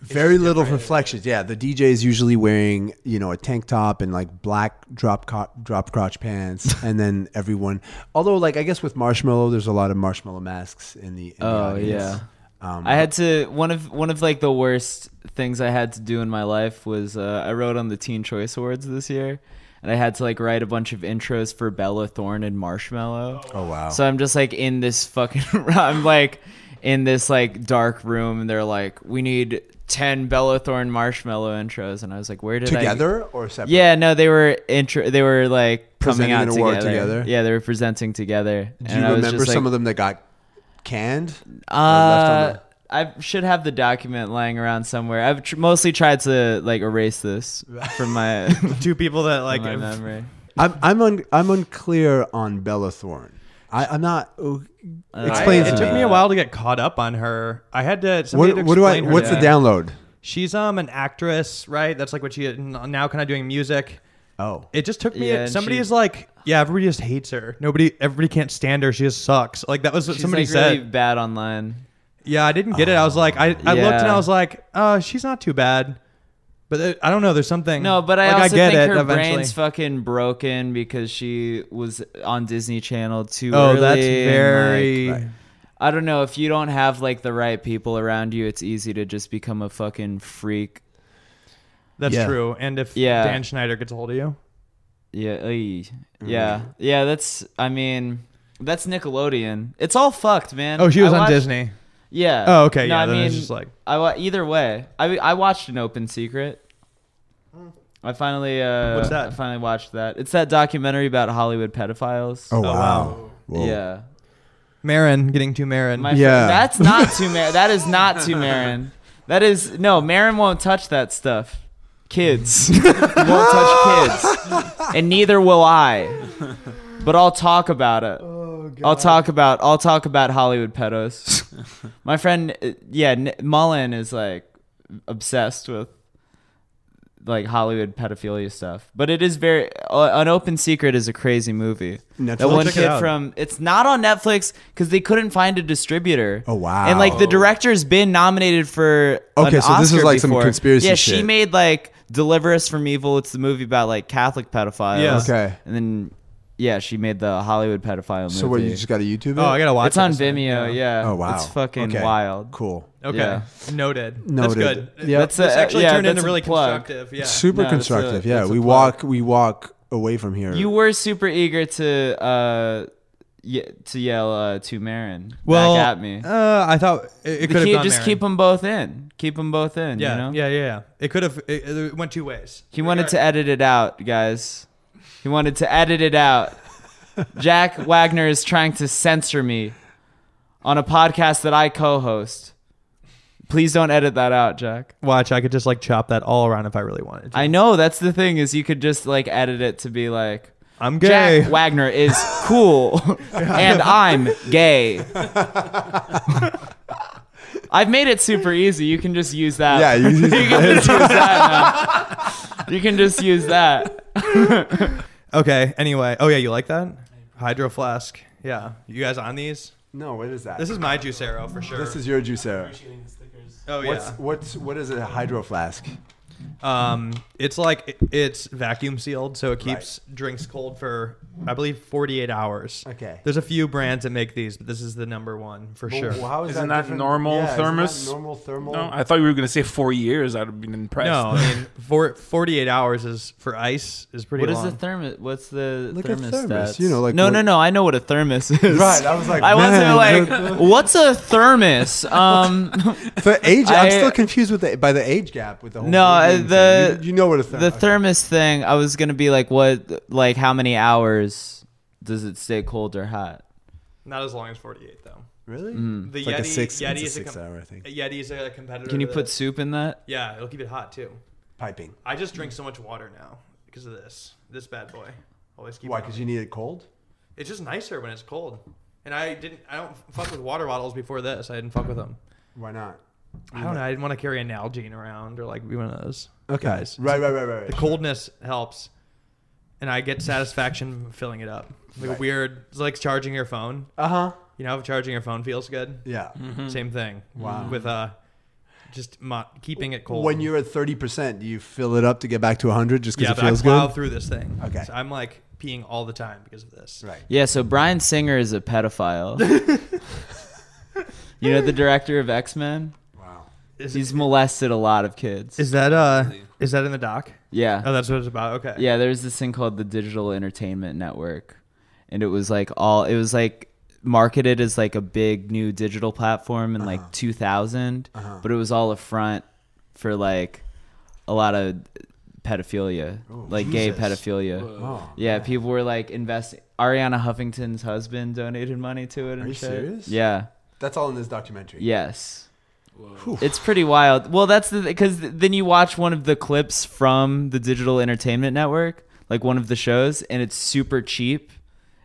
S3: very little reflections. Yeah, the DJ is usually wearing you know a tank top and like black drop co- drop crotch pants, and then everyone. Although, like I guess with Marshmallow, there's a lot of Marshmallow masks in the. In the
S2: Oh,
S3: audience.
S2: yeah.
S3: Um,
S2: I had to one of one of like the worst things I had to do in my life was uh, I wrote on the Teen Choice Awards this year, and I had to like write a bunch of intros for Bella Thorne and Marshmallow.
S3: oh wow.
S2: So I'm just like in this fucking. I'm like in this like dark room, and they're like, "We need ten Bella Thorne Marshmallow intros," and I was like, "Where did I?"
S3: Together or separate?
S2: Yeah, no, they were intro. They were like coming
S3: Presenting
S2: out
S3: an award
S2: together.
S3: together?
S2: Yeah, they were presenting together.
S3: Do you remember some of them that got canned? or left on
S2: Uh, I should have the document lying around somewhere. I've tr- mostly tried to like erase this from my, from
S1: two people that like
S2: my
S1: have-
S2: memory.
S3: the- I'm I'm un, I'm unclear on Bella Thorne. I, I'm not. oh, explain
S2: Uh,
S1: I-
S3: to
S1: it took
S3: me.
S1: me a while to get caught up on her. I had to. somebody
S3: What,
S1: had to
S3: what do I?
S1: explain her
S3: What's
S1: to
S3: the
S1: me.
S3: download?
S1: She's um an actress, right? That's like what she now kind of doing music.
S3: Oh,
S1: It just took me.
S2: Yeah, and
S1: somebody
S2: she-
S1: is like, yeah, everybody just hates her. Nobody, everybody can't stand her. She just sucks. Like that was what
S2: She's
S1: somebody
S2: like
S1: said.
S2: really bad online.
S1: yeah, I didn't get it. I was like, I, I looked and
S2: Yeah.
S1: I was like, uh, she's not too bad. But uh, I don't know. There's something.
S2: No, but I
S1: Mm. like,
S2: also
S1: get
S2: think
S1: it
S2: her
S1: eventually.
S2: brain's fucking broken because she was on Disney Channel too
S1: oh,
S2: early.
S1: that's
S2: and,
S1: very.
S2: like, I don't know if you don't have like the right people around you, it's easy to just become a fucking freak.
S1: That's
S3: Yeah.
S1: true. And if
S2: Yeah.
S1: Dan Schneider gets a hold of you,
S2: Yeah, ey. yeah,
S1: Mm.
S2: yeah. That's I mean, that's Nickelodeon. It's all fucked, man.
S1: oh, she was
S2: I
S1: on
S2: watched-
S1: Disney.
S2: Yeah.
S1: Oh, okay,
S2: No,
S1: yeah,
S2: I
S1: then
S2: mean,
S1: it's just like-
S2: I wa- either way. I I watched an open secret. I finally uh,
S1: Hmm. What's that?
S2: I finally watched that. It's that documentary about Hollywood pedophiles.
S3: Oh,
S1: wow.
S3: wow. Whoa.
S2: Yeah.
S1: Marin getting to Marin.
S2: My
S3: Yeah.
S2: yeah. that's not too Marin. That is not too Marin. That is no Marin won't touch that stuff. Kids won't touch kids, and neither will I. But I'll talk about it.
S1: Oh,
S2: I'll talk about I'll talk about Hollywood pedos. My friend, uh, yeah, N- Mullen is like obsessed with like Hollywood pedophilia stuff. But it is very uh, an open secret is a crazy movie.
S3: Netflix?
S2: That one
S1: Check it
S2: kid
S1: out.
S2: from Um, it's not on Netflix because they couldn't find a distributor.
S3: Oh, wow.
S2: And like the director's been nominated for an
S3: Okay, so this is
S2: Oscar
S3: like some
S2: before.
S3: conspiracy
S2: Yeah, she
S3: shit.
S2: made like Deliver Us from Evil. It's the movie about like Catholic pedophiles.
S1: Yeah.
S3: Okay.
S2: And then yeah, she made the Hollywood pedophile movie.
S3: So, what, you just got to YouTube it?
S1: oh, I gotta watch.
S2: it's on
S1: this then.
S2: Vimeo, yeah.
S3: Oh, wow.
S2: It's fucking
S3: Okay.
S2: wild.
S3: Cool.
S1: Okay.
S2: Yeah.
S1: Noted. That's
S3: Noted.
S1: good.
S3: Yeah.
S1: That's this
S2: uh,
S1: actually
S2: yeah,
S1: turned
S2: that's
S1: into
S2: a
S1: really
S2: plug.
S1: constructive. Yeah.
S3: Super
S2: No, that's a-
S3: constructive. yeah.
S2: that's a
S3: We
S2: plug.
S3: walk, we walk away from here.
S2: You were super eager to uh ye- to yell uh, to Marin
S1: Well,
S2: back at me.
S1: Uh, I thought it, it
S2: The
S1: could have
S2: key-
S1: gone
S2: just
S1: Marin.
S2: keep them both in. Keep them both in.
S1: Yeah,
S2: you know?
S1: yeah, yeah, yeah. It could have. It, it went two ways.
S2: He wanted to edit it out, guys. He wanted to edit it out. Jack Wagner is trying to censor me on a podcast that I co-host. Please don't edit that out, Jack.
S1: Watch, I could just like chop that all around if I really wanted to.
S2: I know that's the thing is you could just like edit it to be like
S1: I'm gay.
S2: Jack Wagner is cool and I'm gay. I've made it super easy. You can just use that.
S3: yeah. You just,
S2: you can just use that now. You can just use that.
S1: okay. Anyway. Oh yeah, you like that? Hydro flask. Yeah. You guys on these?
S3: no, what is that?
S1: This is my Juicero for sure.
S3: this is your juicero.
S1: Oh yeah.
S3: What's, what's, what is a hydro flask?
S1: Um, it's like it- it's vacuum sealed, so it keeps drinks cold for I believe 48 hours.
S3: Okay.
S1: There's a few brands that make these, but this is the number one for sure.
S3: Well, how is
S4: Isn't that
S3: different-
S4: normal
S3: yeah, isn't that
S4: thermos?
S3: normal thermal.
S4: No, I thought you were gonna say four years. I'd have been impressed.
S1: No, I mean for 48 hours is for ice is pretty
S2: What is
S1: long.
S2: the thermos? What's the
S3: Like a
S2: thermostat?
S3: thermos, you know, like
S2: no,
S3: what-
S2: no, no. I know what a thermos is.
S3: Right, I was like,
S2: I
S3: man,
S2: wasn't
S3: the-
S2: like, what's a thermos? Um,
S3: For age, I, am
S2: I-
S3: still confused with the, by the age gap with the whole.
S2: No, uh,
S3: drinking
S2: the-
S3: thing. you, you know what a thermos.
S2: the thermos thing. I was gonna be like, what, like, how many hours does it stay cold or hot?
S1: Not as long as 48 though.
S3: really?
S4: Mm.
S1: The
S3: It's
S1: Yeti
S3: like a six.
S1: Yeti
S3: it's a
S1: is
S3: six
S1: com-
S3: hour, I think.
S1: Yeti is a competitor.
S2: Can you
S1: to-
S2: put soup in that?
S1: Yeah, it'll keep it hot too.
S3: Piping.
S1: I just drink so much water now because of this. This bad boy. Always keep.
S3: Why?
S1: it on.
S3: Because you need it cold.
S1: It's just nicer when it's cold. And I didn't. I don't fuck with water bottles before this. I didn't fuck with them.
S3: Why not?
S1: I don't know. I didn't want to carry a Nalgene around or like be one of those
S3: Okay.
S1: guys.
S3: Right, right, right, right.
S1: The coldness helps, and I get satisfaction filling it up. Like a
S3: Right.
S1: weird. It's like charging your phone.
S3: Uh huh.
S1: You know, how charging your phone feels good.
S3: Yeah.
S2: Mm-hmm.
S1: Same thing.
S3: Wow.
S1: With uh, just mo- keeping it cold.
S3: When you're at thirty percent, do you fill it up to get back to hundred just
S1: yeah,
S3: because
S1: but
S3: it feels
S1: I plow
S3: good?
S1: through this thing.
S3: Okay.
S1: So I'm like peeing all the time because of this.
S3: Right.
S2: Yeah. So Brian Singer is a pedophile. you know the director of X Men.
S3: Wow.
S1: Is,
S2: He's molested a lot of kids.
S1: is that uh? Is that in the doc?
S2: yeah.
S1: Oh, that's what it's about. Okay.
S2: Yeah, there was this thing called the Digital Entertainment Network, and it was like all it was like marketed as like a big new digital platform in
S3: Uh-huh.
S2: like 2000, but it was all a front for like a lot of pedophilia, like gay
S3: Oh, Jesus.
S2: pedophilia.
S3: Oh.
S2: Yeah, people were like investing. Ariana Huffington's husband donated money to it. And
S3: you
S2: shit.
S3: serious?
S2: Yeah.
S3: That's all in this documentary.
S2: Yes. It's pretty wild. Well, that's the because then you watch one of the clips from the Digital Entertainment Network, like one of the shows, and it's super cheap.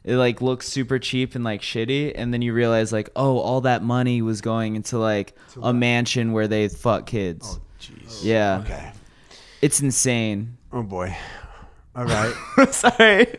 S2: It like looks super cheap and like shitty, and then you realize like, oh, all that money was going into like a mansion where they fuck kids.
S3: Jeez.
S2: yeah,
S3: Okay.
S2: it's insane.
S3: Oh boy. All right.
S2: Sorry.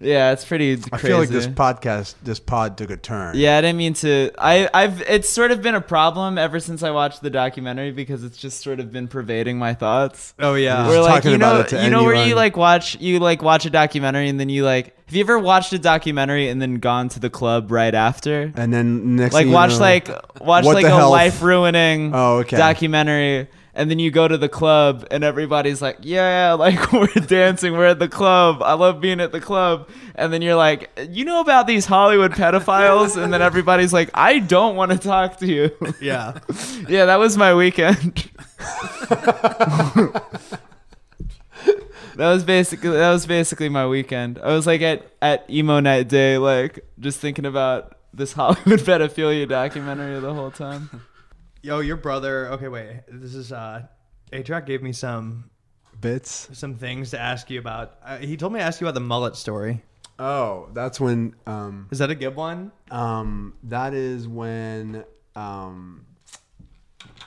S2: yeah, it's pretty crazy.
S3: I feel like this podcast, this pod took a turn.
S2: Yeah, I didn't mean to. I, I've it's sort of been a problem ever since I watched the documentary because it's just sort of been pervading my thoughts.
S1: Oh yeah.
S2: We're
S3: Just
S2: like
S3: talking
S2: you
S3: about
S2: know
S3: it to
S2: you know where you
S3: anyone.
S2: like watch you like watch a documentary and then you like have you ever watched a documentary and then gone to the club right after?
S3: And then next
S2: Like
S3: thing you
S2: watch
S3: know-
S2: like watch
S3: What
S2: like
S3: the
S2: a
S3: health?
S2: life ruining
S3: Oh, okay.
S2: documentary and then you go to the club and everybody's like, Yeah, like we're dancing, we're at the club. I love being at the club. And then you're like, You know about these Hollywood pedophiles? and then everybody's like, I don't want to talk to you.
S1: Yeah.
S2: yeah, that was my weekend. That was basically that was basically my weekend. I was like at at emo night day, like just thinking about this Hollywood pedophilia documentary the whole time.
S1: Yo, your brother. Okay, wait. This is uh, Atrac gave me some
S3: bits.
S1: some things to ask you about. Uh, he told me to ask you about the mullet story.
S3: Oh, that's when um
S1: Is that a good one?
S3: um that is when um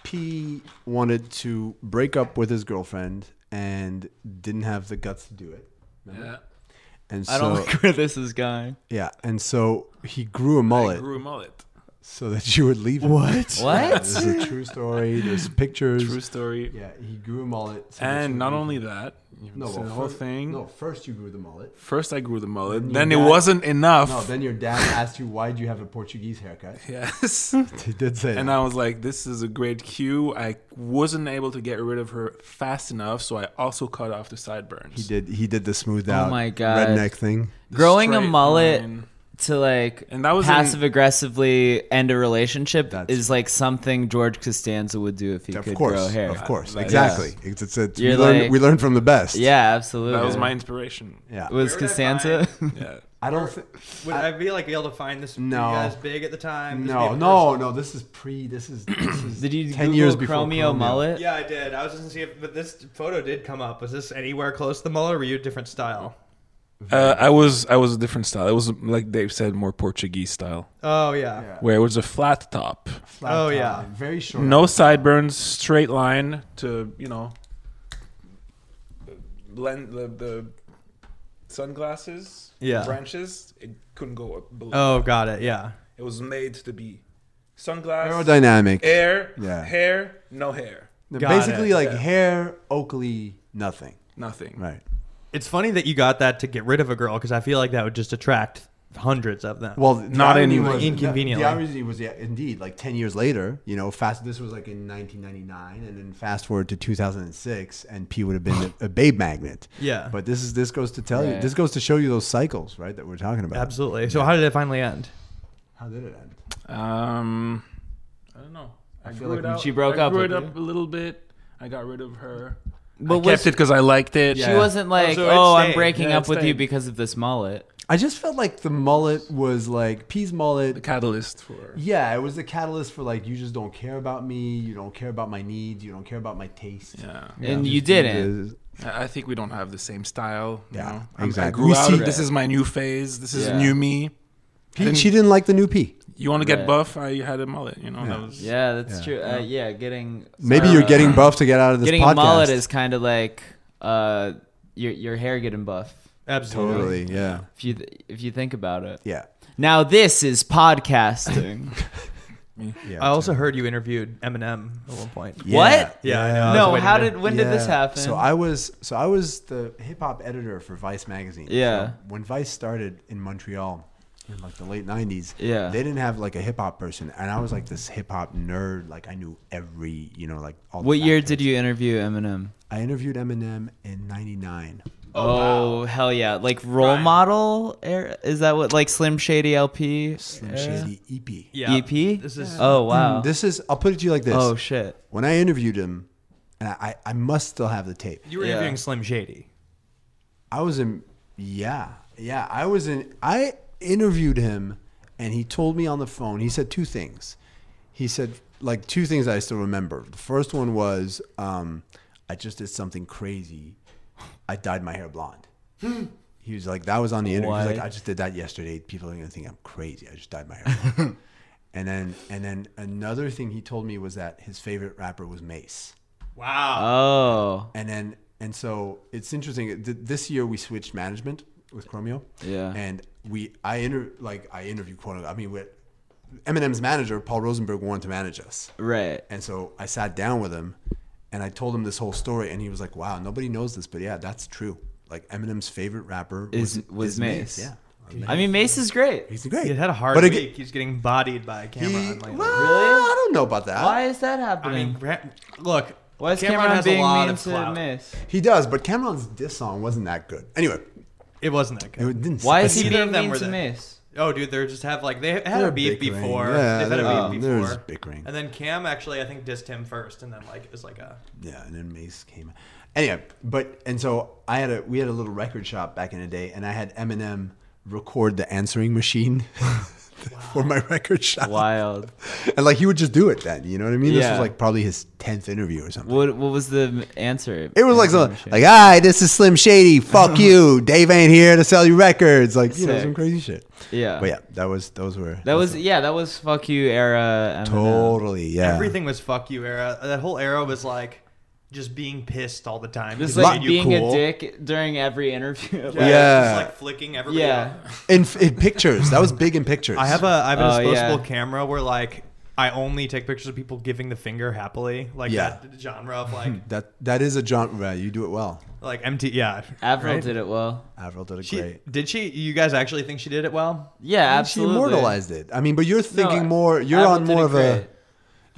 S3: P wanted to break up with his girlfriend and didn't have the guts to do it.
S4: Yeah.
S3: And so
S2: I don't like where this is going.
S3: yeah, and so he grew a
S4: I
S3: mullet
S4: grew a mullet.
S3: so that she would leave. Him. What?
S2: What?
S3: this is a true story. There's pictures.
S4: True story.
S3: Yeah, he grew a mullet. so that she
S4: And
S3: would
S4: not
S3: leave
S4: only that, you've
S3: him. no,
S4: seen
S3: well,
S4: the whole
S3: fir-
S4: thing.
S3: No, first you grew the mullet.
S4: First, I grew the mullet.
S3: you
S4: Then it
S3: got-
S4: wasn't enough.
S3: No, then your dad asked you why do you have a Portuguese haircut.
S4: yes.
S3: He did say
S4: And I was like, this is a great cue. I wasn't able to get rid of her fast enough, so I also cut off the sideburns.
S3: He did. He did the smooth
S2: Oh
S3: out
S2: my God.
S3: redneck thing.
S4: The
S2: Growing a
S4: straight
S2: mullet
S4: line.
S2: to like
S4: And that was in-
S2: passive aggressively end a relationship
S3: That's-
S2: is like something George Costanza would do if he
S3: Of
S2: could
S3: course,
S2: grow hair.
S3: of course,
S4: Like,
S3: exactly. It's, it's, it's, we,
S2: You're
S3: learn,
S2: like-
S3: we learn from the best.
S2: Yeah, absolutely.
S4: That was my inspiration.
S3: yeah.
S2: was
S1: Where would I
S2: Costanza.
S4: Yeah.
S3: I don't. Th-
S1: Would I, be like able to find this?
S3: No.
S1: you guys big at the time? This
S3: no,
S1: be a
S3: no, no. This is pre. This is. This is
S2: Did you
S3: ten
S2: Google
S3: years before
S2: Chromeo mullet?
S1: person? Yeah, I did. I was just gonna see if, but this photo did come up. Was this anywhere close to the mullet, or were you a different style?
S4: Uh, I was I was a different style. It was like Dave said, more Portuguese style,
S1: Oh yeah.
S3: Yeah.
S4: where it was a flat top,
S3: Flat
S1: Oh,
S3: top,
S1: yeah.
S3: very short.
S4: no sideburns, straight line to you know, blend the, the sunglasses,
S1: Yeah.
S4: branches. It couldn't go up below.
S1: Oh, got it. Yeah.
S4: It was made to be sunglasses,
S3: aerodynamic.
S4: air,
S3: Yeah.
S4: hair, no hair,
S1: Got
S3: Basically,
S1: it.
S3: like
S4: Yeah.
S3: hair, Oakley, nothing.
S4: nothing.
S3: Right.
S1: It's funny that you got that to get rid of a girl because I feel like that would just attract hundreds of them.
S3: Well, the
S4: Not
S3: irony
S4: in-
S3: was-
S1: Inconveniently.
S3: The irony was, yeah, indeed, like ten years later. You know, fast. This was like in 1999, and then fast forward to 2006, and P would have been a, a babe magnet.
S1: Yeah.
S3: But this is this goes to tell you.
S2: Right.
S3: This goes to show you those cycles, right? That we're talking about.
S1: absolutely. So how did it finally end?
S3: How did it end?
S4: Um, I don't know. I,
S3: feel
S4: grew
S3: like
S4: it
S3: when
S4: out-
S2: she broke
S4: I
S2: up
S4: Grew
S2: with
S4: it
S2: you.
S4: up a little bit. I got rid of her.
S2: But
S4: But I
S2: was-
S4: kept it because I liked it.
S3: She
S2: She
S3: Yeah.
S2: wasn't like,
S1: so
S2: oh,
S1: it
S2: I'm
S1: stayed.
S2: breaking
S4: Yeah, it
S2: up with you
S4: stayed.
S2: because of this mullet.
S3: I just felt like the mullet was like P's
S4: the
S3: mullet.
S4: catalyst for.
S3: Yeah, it was the catalyst for like you just don't care about me, you don't care about my needs, you don't care about my taste.
S4: Yeah,
S2: and you didn't.
S4: I I think we don't have the same style. you
S3: Yeah,
S4: know? I'm- I
S3: exactly.
S4: grew
S3: We
S4: out.
S3: see-
S4: of This is my new phase. This is
S2: Yeah.
S4: new me.
S3: P,
S4: Didn't-
S3: she didn't like the new P.
S4: You want to
S2: Right.
S4: get buff? I had a mullet. You know, that was
S2: Yeah, that's
S3: Yeah.
S2: true. Uh, yeah, getting
S3: Maybe
S2: uh,
S3: you're getting buff to get out of this
S2: getting
S3: podcast.
S2: a mullet is kind of like uh, your your hair getting buff.
S1: Absolutely.
S3: totally, yeah,
S2: If you th- if you think about it.
S3: yeah.
S2: Now this is podcasting.
S3: yeah
S1: I also heard you interviewed Eminem at one point.
S3: Yeah,
S2: What?
S1: Yeah, I know. I was
S2: no,
S1: waiting
S2: how
S1: to-
S2: did when did this
S3: Yeah.
S2: happen?
S3: So I was so I was the hip hop editor for Vice magazine.
S2: Yeah.
S3: So when Vice started in Montreal in like the late nineties,
S2: Yeah.
S3: they didn't have like a hip hop person, and I was like this hip hop nerd. Like I knew every you know like all. the
S2: what year
S3: factors.
S2: did you interview Eminem?
S3: I interviewed Eminem in '99.
S2: Oh, hell yeah! Like role model era? Is that what like Slim Shady LP
S3: Slim
S2: era?
S3: Shady EP.
S1: Yeah.
S2: EP?
S1: This is
S2: Oh wow!
S3: Hmm, This is. I'll put it to you like this.
S2: oh shit!
S3: when I interviewed him, and I, I I must still have the tape.
S1: you were
S2: Yeah.
S1: interviewing Slim Shady.
S3: I was in. Yeah, yeah. I was in. I interviewed him, and he told me on the phone. He said two things. He said like two things I still remember. The first one was, um, I just did something crazy. I dyed my hair blonde. he was like, that was on the interview. He's like,
S2: What?
S3: I just did that yesterday. People are gonna think I'm crazy. I just dyed my hair. blonde." and then, and then another thing he told me was that his favorite rapper was Mace
S1: Wow.
S2: Oh,
S3: and then and so it's interesting Th- this year we switched management with Chromeo.
S2: Yeah.
S3: And we, I inter, like I interviewed Chromeo. I mean, with Eminem's manager, Paul Rosenberg, wanted to manage us.
S2: Right.
S3: And so I sat down with him and I told him this whole story and he was like, Wow, nobody knows this, but yeah, that's true. Like Eminem's favorite rapper
S2: Is was Mace.
S3: Yeah.
S2: I mean, Mace is great.
S3: He's great.
S1: He had a hard
S3: But
S1: week.
S3: again-
S1: He's getting bodied by
S3: He,
S1: Cameron. lately.
S3: well,
S2: Really?
S3: I don't know about that.
S2: Why is that happening?
S1: I mean, Ra- look.
S2: Why is Cameron,
S1: Cameron, has
S2: being
S1: a lot
S2: mean
S1: of
S2: to
S1: clout.
S2: Mace?
S3: He does, but Cameron's diss song wasn't that good. Anyway,
S1: It wasn't that
S3: it
S1: good.
S3: didn't.
S2: Why is he
S1: Neither
S2: being
S1: of them
S2: mean
S1: were
S2: to
S1: there.
S2: Mace?
S1: Oh, dude, they just have like they had
S3: They're
S1: a beef
S3: bickering.
S1: before.
S3: Yeah,
S1: They've had
S3: there-
S1: a
S2: um,
S1: beef
S3: there
S1: before.
S3: was bickering.
S1: And then Cam actually, I think, dissed him first, and then like it was like a
S3: Yeah, and then Mace came. Anyway, but and so I had a we had a little record shop back in the day, and I had Eminem record the answering machine for my record shop.
S2: Wild.
S3: And like he would just do it then, you know what I mean? This
S2: Yeah.
S3: was like probably his tenth interview or something.
S2: What What was the answer?
S3: It was like
S2: Answer
S3: something
S2: machine.
S3: like, "Hi, this is Slim Shady. Fuck you, Dave ain't here to sell you records." Like you know
S2: Sick.
S3: some crazy shit.
S2: yeah.
S3: But yeah, that was those were
S2: That was yeah. That was fuck you era. Eminem.
S3: totally yeah.
S1: everything was fuck you era. That whole era was like just being pissed all the time.
S2: Just
S1: It
S2: like
S1: made
S3: you
S1: you-
S2: being
S3: cool.
S2: a dick during every interview.
S1: yeah,
S2: Like,
S3: Yeah.
S1: Just like flicking everybody.
S2: yeah.
S1: off.
S3: In, in pictures, that was big in pictures.
S1: I have a I have a
S2: Oh, yeah.
S1: disposable camera where like I only take pictures of people giving the finger happily, like
S3: Yeah.
S1: that genre of like
S3: that that is a genre. You do it well.
S1: like MT. Yeah,
S2: Avril
S1: right?
S2: did it well.
S3: Avril did it
S1: She
S3: great.
S1: did she? You guys actually think she did it well?
S2: Yeah,
S3: She
S2: absolutely.
S3: immortalized it. I mean, but you're
S2: No,
S3: thinking more. You're
S2: Avril
S3: on
S2: did
S3: more
S2: it
S3: of a.
S2: great.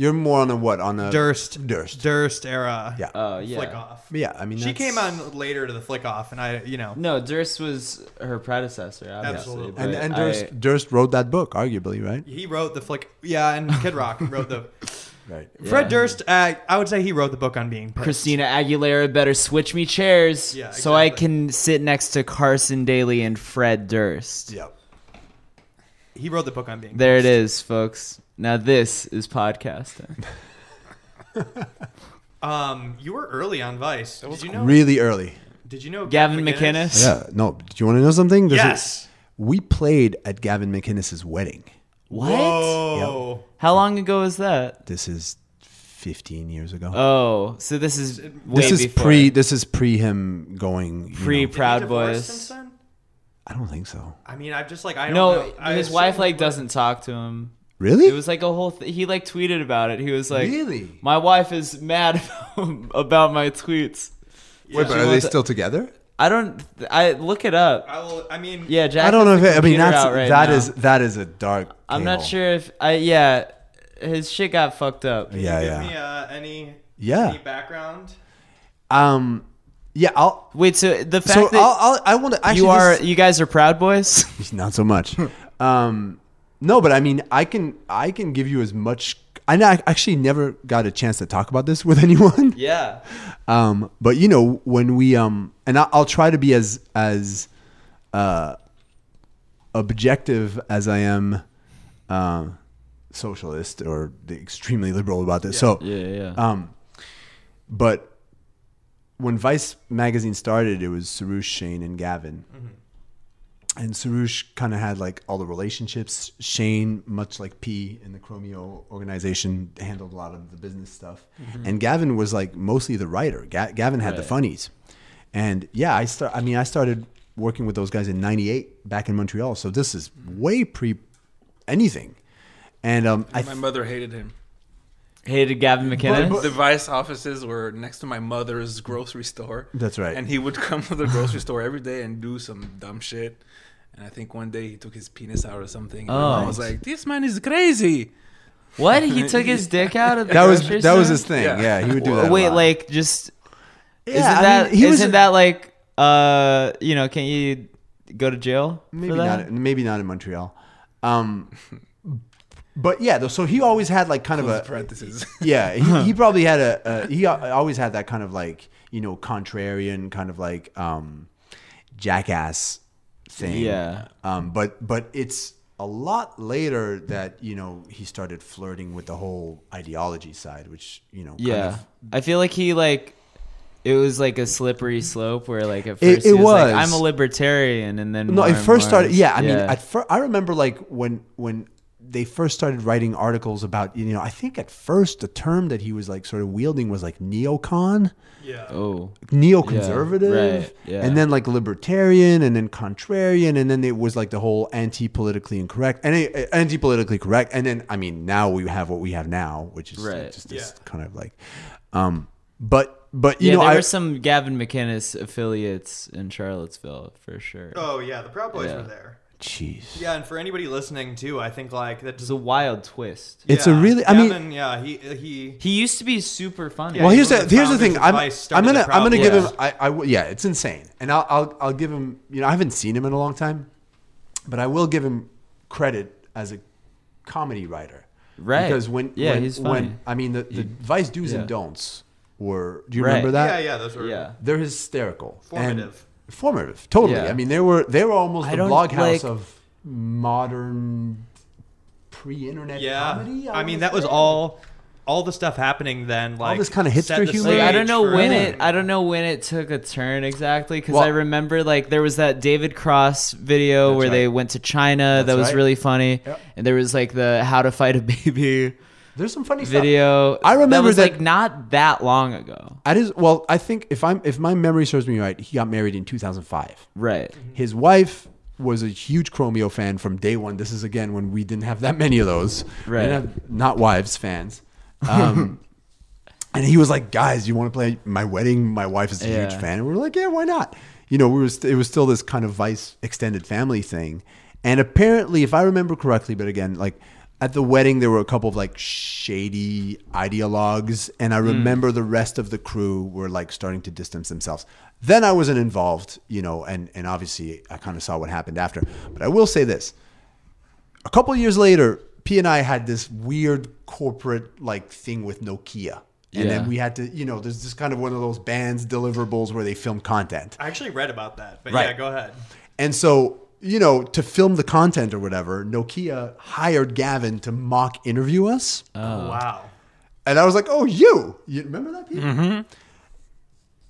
S3: You're more on a what? On a
S1: Durst,
S3: Durst.
S1: Durst era.
S3: Yeah.
S2: Oh yeah.
S1: flick off.
S3: But yeah, I mean,
S1: She
S3: that's-
S1: came on later to the flick off, and I, you know,
S2: No, Durst was her predecessor, obviously.
S1: Absolutely.
S2: but
S3: And, and
S2: I-
S3: Durst, Durst wrote that book, arguably, right?
S1: he wrote the flick. Yeah, and Kid Rock wrote the.
S3: Right.
S1: Fred
S2: Yeah.
S1: Durst, uh, I would say he wrote the book on being pissed.
S2: Christina Aguilera better switch me chairs
S1: Yeah,
S2: so I
S1: exactly.
S2: can sit next to Carson Daly and Fred Durst.
S3: Yeah.
S1: He wrote the book on being.
S2: There it is, folks. Now this is podcasting.
S1: Um, you were early on Vice. Did you know?
S3: Really early.
S1: Did you know
S2: Gavin McInnes?
S3: Yeah. No. Do you want to know something? This is-
S1: Yes.
S3: we played at Gavin McInnes' wedding.
S2: What?
S1: Whoa.
S2: How long ago was that?
S3: This is 15 years ago.
S2: Oh, so this is way
S3: this is
S2: before.
S3: pre. This is pre him going. you know.
S2: Pre-
S1: Did he
S2: Proud
S1: divorce
S2: Boys.
S1: since then?
S3: I don't think so.
S1: I mean, I've just like I don't
S2: No,
S1: know. I
S2: his
S1: assume
S2: wife like
S1: he would-
S2: doesn't talk to him.
S3: Really?
S2: It was like a whole. Th- he like tweeted about it. He was like,
S3: Really?
S2: My wife is mad about my tweets.
S3: Wait, but
S2: She
S3: are they
S2: wants-
S3: still together?
S2: I don't. I look it up.
S1: I will. I mean,
S2: Yeah, Jack.
S3: I don't know
S2: has
S3: if
S2: the
S3: it, I mean
S2: computer
S3: that's
S2: out right
S3: that
S2: now.
S3: is that is a dark.
S2: I'm
S3: tale.
S2: not sure if I. Yeah, his shit got fucked up.
S3: Yeah,
S1: Give
S3: yeah.
S1: me uh, any
S3: Yeah.
S1: any background.
S3: Um, yeah, I'll.
S2: Wait, so the fact
S3: so
S2: that
S3: I'll, I'll. I want to. Actually,
S2: you are
S3: this-
S2: you guys are Proud Boys.
S3: not so much. um, no, but I mean, I can. I can give you as much. I know- I actually never got a chance to talk about this with anyone.
S2: yeah.
S3: Um, but you know, when we um, and I, I'll try to be as as uh, objective as I am um, socialist or extremely liberal about this. So
S2: Yeah, yeah.
S3: Um, but when Vice magazine started, it was Sarush, Shane, and Gavin.
S2: Mm-hmm.
S3: And Sarush kind of had like all the relationships. Shane, much like P in the Chromeo organization, handled a lot of the business stuff. And Gavin was like mostly the writer. Ga- Gavin had
S2: Mm-hmm.
S3: the
S2: Right.
S3: funnies. And yeah, I start. I mean, I started working with those guys in '98 back in Montreal. So this is
S2: Mm-hmm.
S3: way pre anything. And um, I
S4: my mother hated him.
S2: Hated Gavin McKinnon.
S4: The Vice offices were next to my mother's grocery store.
S3: That's right.
S4: And he would come to the grocery store every day and do some dumb shit. And I think one day he took his penis out or something. And
S2: Oh.
S4: I was like, this man is crazy.
S2: what? He took his dick out of the
S3: that was
S2: grocery
S3: that was
S2: store?
S3: his thing. Yeah,
S4: Yeah.
S3: he would do that. a
S2: Wait,
S3: lot.
S2: like just
S3: Yeah,
S2: isn't
S3: I
S2: that
S3: mean, he was-
S2: not that like uh you know can you go to jail? for
S3: maybe
S2: that?
S3: not maybe not in Montreal. Um, but yeah, though, so he always had like kind of
S4: Close
S3: a
S4: parentheses.
S3: yeah. He, he probably had a, a he al- always had that kind of like you know contrarian kind of like um, jackass thing.
S2: Yeah.
S3: Um, but but it's a lot later that you know he started flirting with the whole ideology side, which you know kind
S2: Yeah,
S3: of-
S2: I feel like he like it was like a slippery slope where like at
S3: It-
S2: first
S3: it
S2: he was,
S3: was.
S2: like I'm a libertarian and then
S3: No,
S2: more
S3: it
S2: and
S3: first
S2: more.
S3: started. Yeah, I mean, at fir- I remember like when when they first started writing articles about you know I think at first the term that he was like sort of wielding was like neocon
S2: Oh.
S3: neoconservative
S2: right, yeah.
S3: and then like libertarian and then contrarian and then it was like the whole anti-politically incorrect and uh, anti-politically correct and then i mean now we have what we have now which is
S2: Right.
S3: just this kind of like um but but you
S2: yeah,
S3: know
S2: there
S3: i
S2: were some Gavin McInnes affiliates in Charlottesville for sure.
S1: Oh yeah, the Proud Boys
S2: Yeah.
S1: were there.
S3: jeez
S1: Yeah, and for anybody listening too, I think like that.
S2: It's a wild twist.
S3: It's a really- I mean-
S1: Gavin, yeah, he uh, he
S2: He used to be super funny.
S1: Yeah,
S3: well
S1: he
S3: here's
S1: was
S3: the
S1: the
S3: here's the
S1: founder's
S3: thing i'm,
S1: advice,
S3: I'm
S1: started
S3: gonna
S1: the
S3: i'm gonna
S1: Proud
S3: give him
S2: Boys.
S3: I, I will- yeah it's insane and I'll, I'll i'll give him you know i haven't seen him in a long time but i will give him credit as a comedy writer
S2: Right.
S3: because when
S2: Yeah,
S3: when,
S2: he's funny.
S3: when i mean the, the vice do's
S2: yeah.
S3: and don'ts were do you
S2: Right.
S3: remember that
S1: yeah yeah those were
S2: yeah.
S3: they're hysterical
S1: Formative.
S3: and formative totally
S2: Yeah.
S3: i mean they were they were almost
S2: I
S3: the
S2: don't,
S3: blog house
S2: like-
S3: of modern pre-internet
S1: yeah.
S3: comedy
S1: I mean, that
S3: would
S1: was
S3: say.
S1: all all the stuff happening then. Like
S3: this kinda
S1: set
S3: hipster
S1: the
S3: humor.
S2: Like, I
S1: stage
S2: don't know
S1: for
S2: when
S1: everything.
S2: it. I don't know when it took a turn exactly because
S3: Well-
S2: I remember like there was that David Cross video where they
S3: right.
S2: went to China that
S3: That's
S2: was
S3: right.
S2: really funny,
S3: Yep.
S2: and there was like the How to Fight a Baby
S3: there's some funny stuff
S2: video.
S3: I
S2: that
S3: remember
S2: was
S3: that-
S2: like not that long ago,
S3: i just well i think if i'm if my memory serves me right he got married in 2005
S2: right?
S3: his wife was a huge Chromeo fan from day one. This is again when we didn't have that many of those. We
S2: Right.
S3: didn't have- not wives fans. Um, and he was like, "Guys, you want to play my wedding? My wife is a
S2: Yeah.
S3: huge fan." And we were like, "Yeah, why not?" You know, we was it was still this kind of vice extended family thing. And apparently, if I remember correctly, but again, like at the wedding, there were a couple of like shady ideologues, and I remember the rest of the crew were like starting to distance themselves. Then I wasn't involved, you know, and and obviously I kind of saw what happened after. But I will say this: a couple years later, P and I had this weird corporate like thing with Nokia.
S2: Yeah.
S3: And then we had to, you know, there's just kind of one of those bands deliverables where they film content.
S1: I actually read about that, but
S3: Right.
S1: yeah, go ahead.
S3: And so, you know, to film the content or whatever, Nokia hired Gavin to mock interview us.
S1: Uh.
S2: Oh.
S1: Wow.
S3: And I was like, oh, you. You remember that, Pete?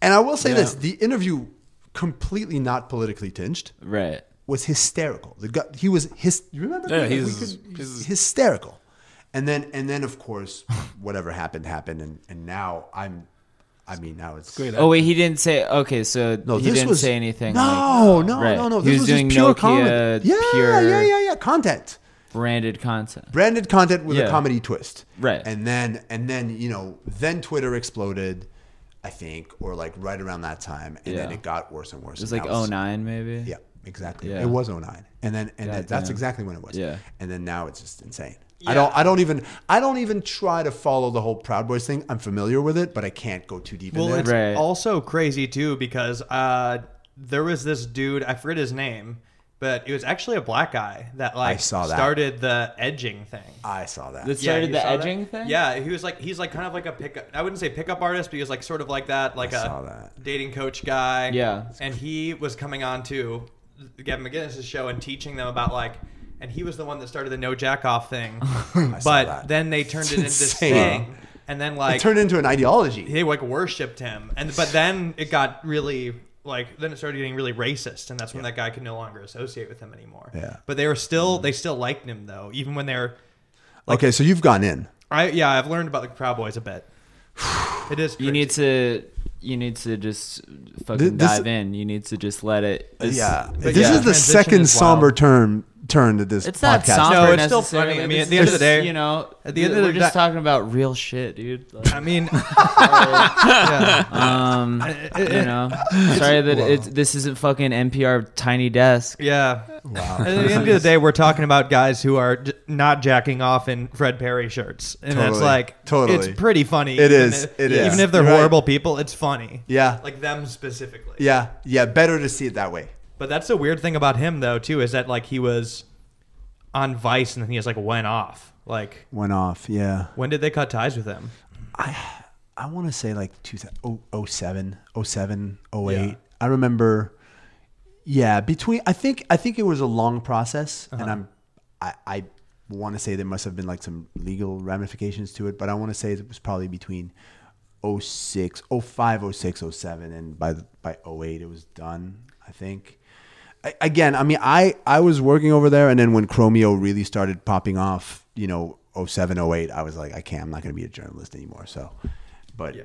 S3: And I will say this the interview, completely not politically tinged,
S2: Right.
S3: was hysterical. The guy, he was his. You remember?
S4: Yeah,
S3: Like,
S4: he's- he's-
S3: hysterical. And then, and then, of course, whatever happened happened, and, and now I'm, I mean, now it's,
S4: Great.
S2: Oh wait, he didn't say. Okay, so
S3: No,
S2: he
S3: this
S2: didn't
S3: was,
S2: say anything. like,
S3: No, no,
S2: Right.
S3: no, no.
S2: He was
S3: This was, just
S2: doing
S3: pure
S2: Nokia,
S3: comedy. Yeah,
S2: pure-
S3: yeah, yeah, yeah. Content,
S2: branded content.
S3: branded content with
S2: Yeah.
S3: a comedy twist.
S2: Right.
S3: And then, and then, you know, then Twitter exploded, I think, or like right around that time, and then
S2: Yeah.
S3: it got worse and worse.
S2: It was like
S3: oh
S2: 09
S3: nine.
S2: maybe.
S3: Yeah, exactly.
S2: Yeah.
S3: It was 09. And then and then that's
S2: damn.
S3: exactly when it was.
S2: Yeah.
S3: And then now it's just insane. I don't I don't even I don't even try to follow the whole Proud Boys thing. I'm familiar with it, but I can't go too deep
S1: Well,
S3: in
S1: it's
S3: it.
S2: Right.
S1: also crazy too because uh, there was this dude I forget his name, but it was actually a black guy that like
S3: saw that. Uh,
S1: started the edging thing.
S3: I saw that.
S2: That
S1: Yeah,
S2: started
S1: you
S2: the
S1: saw that?
S2: edging thing.
S1: Yeah, he was like he's like kind of like a pickup. I wouldn't say pickup artist, but he was like sort of like that, like a
S3: saw that.
S1: dating coach guy.
S2: Yeah.
S1: and he was coming on to Gavin McGinnis' show and teaching them about like, and he was the one that started the no jack off thing.
S3: saw
S1: but
S3: that.
S1: then they turned it into this
S3: insane.
S1: thing, and then like
S3: it turned into an ideology.
S1: they like worshipped him and but then it got really like then it started getting really racist and that's when that guy could no longer associate with him anymore
S3: Yeah. Mm-hmm.
S1: but they were still they still liked him though even when they're
S3: okay, so you've gone in.
S1: i yeah i've learned about the proud boys a bit it is
S2: You need to. You need to just
S3: Th-
S2: fucking
S3: this-
S2: dive in. You need to just let it. this-
S3: yeah.
S1: but
S3: This
S1: Uh, yeah,
S3: is the
S1: transition
S3: second
S1: is wild.
S3: somber turn turn to this
S2: It's not
S3: podcast.
S2: somber.
S1: No, it's still
S2: necessarily.
S1: funny. I mean,
S2: This
S1: at the
S2: is
S1: end of the
S2: just,
S1: day-
S2: you know,
S1: at the end of
S2: we're
S1: the
S2: just
S1: di-
S2: talking about real shit, dude. Like,
S1: i mean
S2: um, you know, sorry that it's, this isn't fucking NPR Tiny Desk.
S1: yeah at the end of the day we're talking about guys who are j- not jacking off in fred perry shirts and that's
S3: Totally.
S1: like
S3: Totally.
S1: it's pretty funny even
S3: It is.
S1: if-
S3: It
S1: even
S3: is.
S1: if they're
S3: You're right.
S1: horrible people it's funny
S3: Yeah.
S1: like them specifically
S3: Yeah. Yeah, better to see it that way.
S1: But that's the weird thing about him though too is that like he was on Vice and then he just like went off. Like
S3: Went off, yeah.
S1: when did they cut ties with him?
S3: I want to say like 2000, oh- 07, 07, 08. I remember, yeah, between, I think, I think it was a long process and I'm, I, I want to say there must have been like some legal ramifications to it, but I want to say it was probably between 06, 05, 06, 07, and by, the- by 08 it was done, I think. I- again, I mean, I I was working over there, and then when Chromio really started popping off, you know, 07, 08, I was like, I can't. I'm not going to be a journalist anymore. So, but yeah,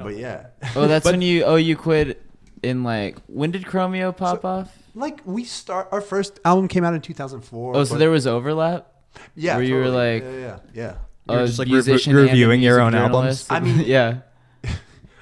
S3: but yeah,
S2: Oh, that's when you oh you quit in like when did Chromeo pop off?
S3: like we start our first album came out in 2004.
S2: Oh, so
S3: but-
S2: there was overlap.
S3: yeah,
S2: where you were
S3: totally.
S2: like-
S3: yeah, yeah, yeah.
S1: You were
S2: A
S1: just, like, re-
S2: musician
S1: re-
S2: and a
S1: reviewing your
S2: music
S1: own
S2: journalist?
S3: albums? I mean-
S2: yeah.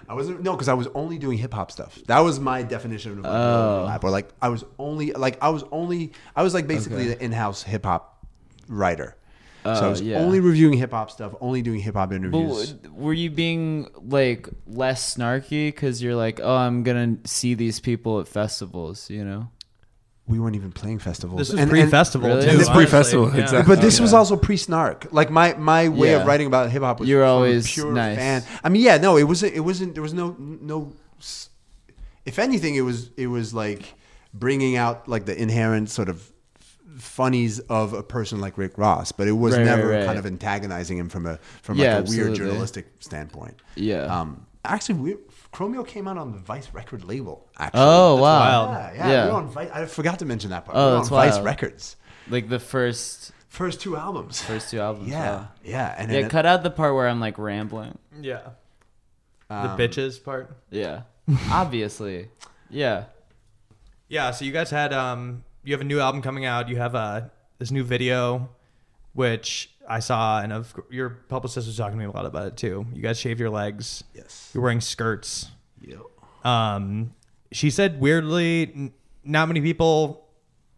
S3: I wasn't no, because I was only doing hip hop stuff. That was my definition of
S2: Oh.
S3: overlap. Or like I was only like I was only I was like basically the in-house hip hop writer. so I
S2: Oh,
S3: was
S2: yeah.
S3: only reviewing hip hop stuff, only doing hip hop
S2: But
S3: interviews.
S2: w- were you being like less snarky because you're like, oh, I'm gonna see these people at festivals, you know?
S3: we weren't even playing festivals.
S1: This is
S3: And- and-
S1: pre-festival
S2: Really?
S1: too.
S2: This is
S1: honestly.
S4: pre-festival,
S1: Yeah.
S4: exactly.
S3: but this was also pre-snark. Like my my way of
S2: Yeah.
S3: writing about hip hop was
S2: You were
S3: from a
S2: always
S3: pure
S2: nice.
S3: fan. I mean, yeah, no, it wasn't. It wasn't. There was no no. s- If anything, it was it was like bringing out like the inherent sort of funnies of a person like Rick Ross, but it was
S2: Right, right,
S3: never
S2: right.
S3: kind of antagonizing him from a from
S2: Yeah,
S3: like a weird
S2: absolutely.
S3: journalistic standpoint.
S2: Yeah.
S3: Um. Actually, we Chromeo came out on the Vice record label. Actually.
S2: Oh wow!
S1: wild.
S3: Yeah, yeah.
S2: Yeah.
S3: We were on Vice. I forgot to mention that part.
S2: Oh,
S3: we were on
S2: that's
S3: Vice
S2: wild.
S3: Records.
S2: Like the first
S3: First two albums.
S2: first two albums.
S3: Yeah,
S2: wow.
S3: yeah, and
S2: Yeah,
S3: then-
S2: cut out the part where I'm like rambling.
S1: Yeah. the bitches part.
S2: Yeah. Obviously. Yeah.
S1: Yeah, so you guys had um you have a new album coming out. You have uh this new video which I saw and of cour- your publicist was talking to me a lot about it too. You guys shaved your legs.
S3: yes,
S1: You're wearing skirts.
S3: Yo.
S1: Um she said weirdly n- not many people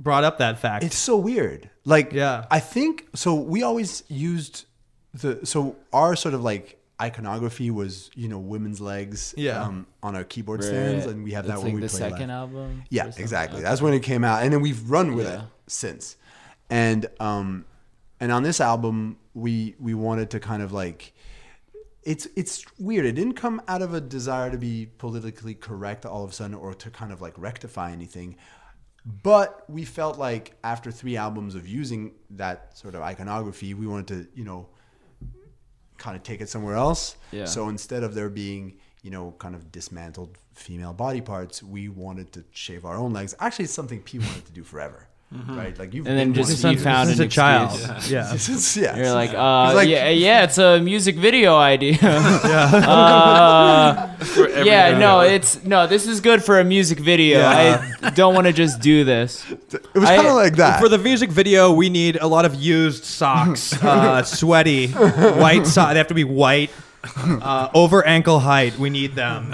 S1: brought up that fact.
S3: it's so weird. Like,
S1: Yeah.
S3: I think so. We always used the so our sort of like iconography was you know women's legs,
S1: Yeah.
S3: um, on our keyboard stands, and we have that
S2: That's
S3: when
S2: like
S3: we
S2: the
S3: play
S2: second
S3: live.
S2: album. or
S3: Yeah,
S2: something.
S3: exactly. That's when it came out, and then we've run with it
S2: Yeah.
S3: since. And um, and on this album, we we wanted to kind of like, it's it's weird. It didn't come out of a desire to be politically correct all of a sudden, or to kind of like rectify anything. But we felt like after three albums of using that sort of iconography, we wanted to you know kind of take it somewhere else.
S2: Yeah.
S3: So instead of there being, you know, kind of dismantled female body parts, we wanted to shave our own legs. Actually, it's something P wanted to do forever, right? Like you've
S2: Mm-hmm. And then
S3: been
S2: just
S3: wanting
S2: you
S3: to do
S2: found
S1: Since
S2: an
S1: a child.
S2: excuse.
S1: Yeah.
S3: this. yeah.
S2: You're like,
S3: 'Cause,
S2: uh,
S3: like,
S2: yeah, yeah, it's a music video idea. Uh,
S4: For every
S2: yeah,
S4: guy.
S2: no, it's no, this is good for a music video. I don't want to just do this.
S3: It was
S2: I-
S3: kind of like that.
S1: For the music video, we need a lot of used socks, uh, sweaty, white socks. They have to be white, uh, over ankle height. We need them.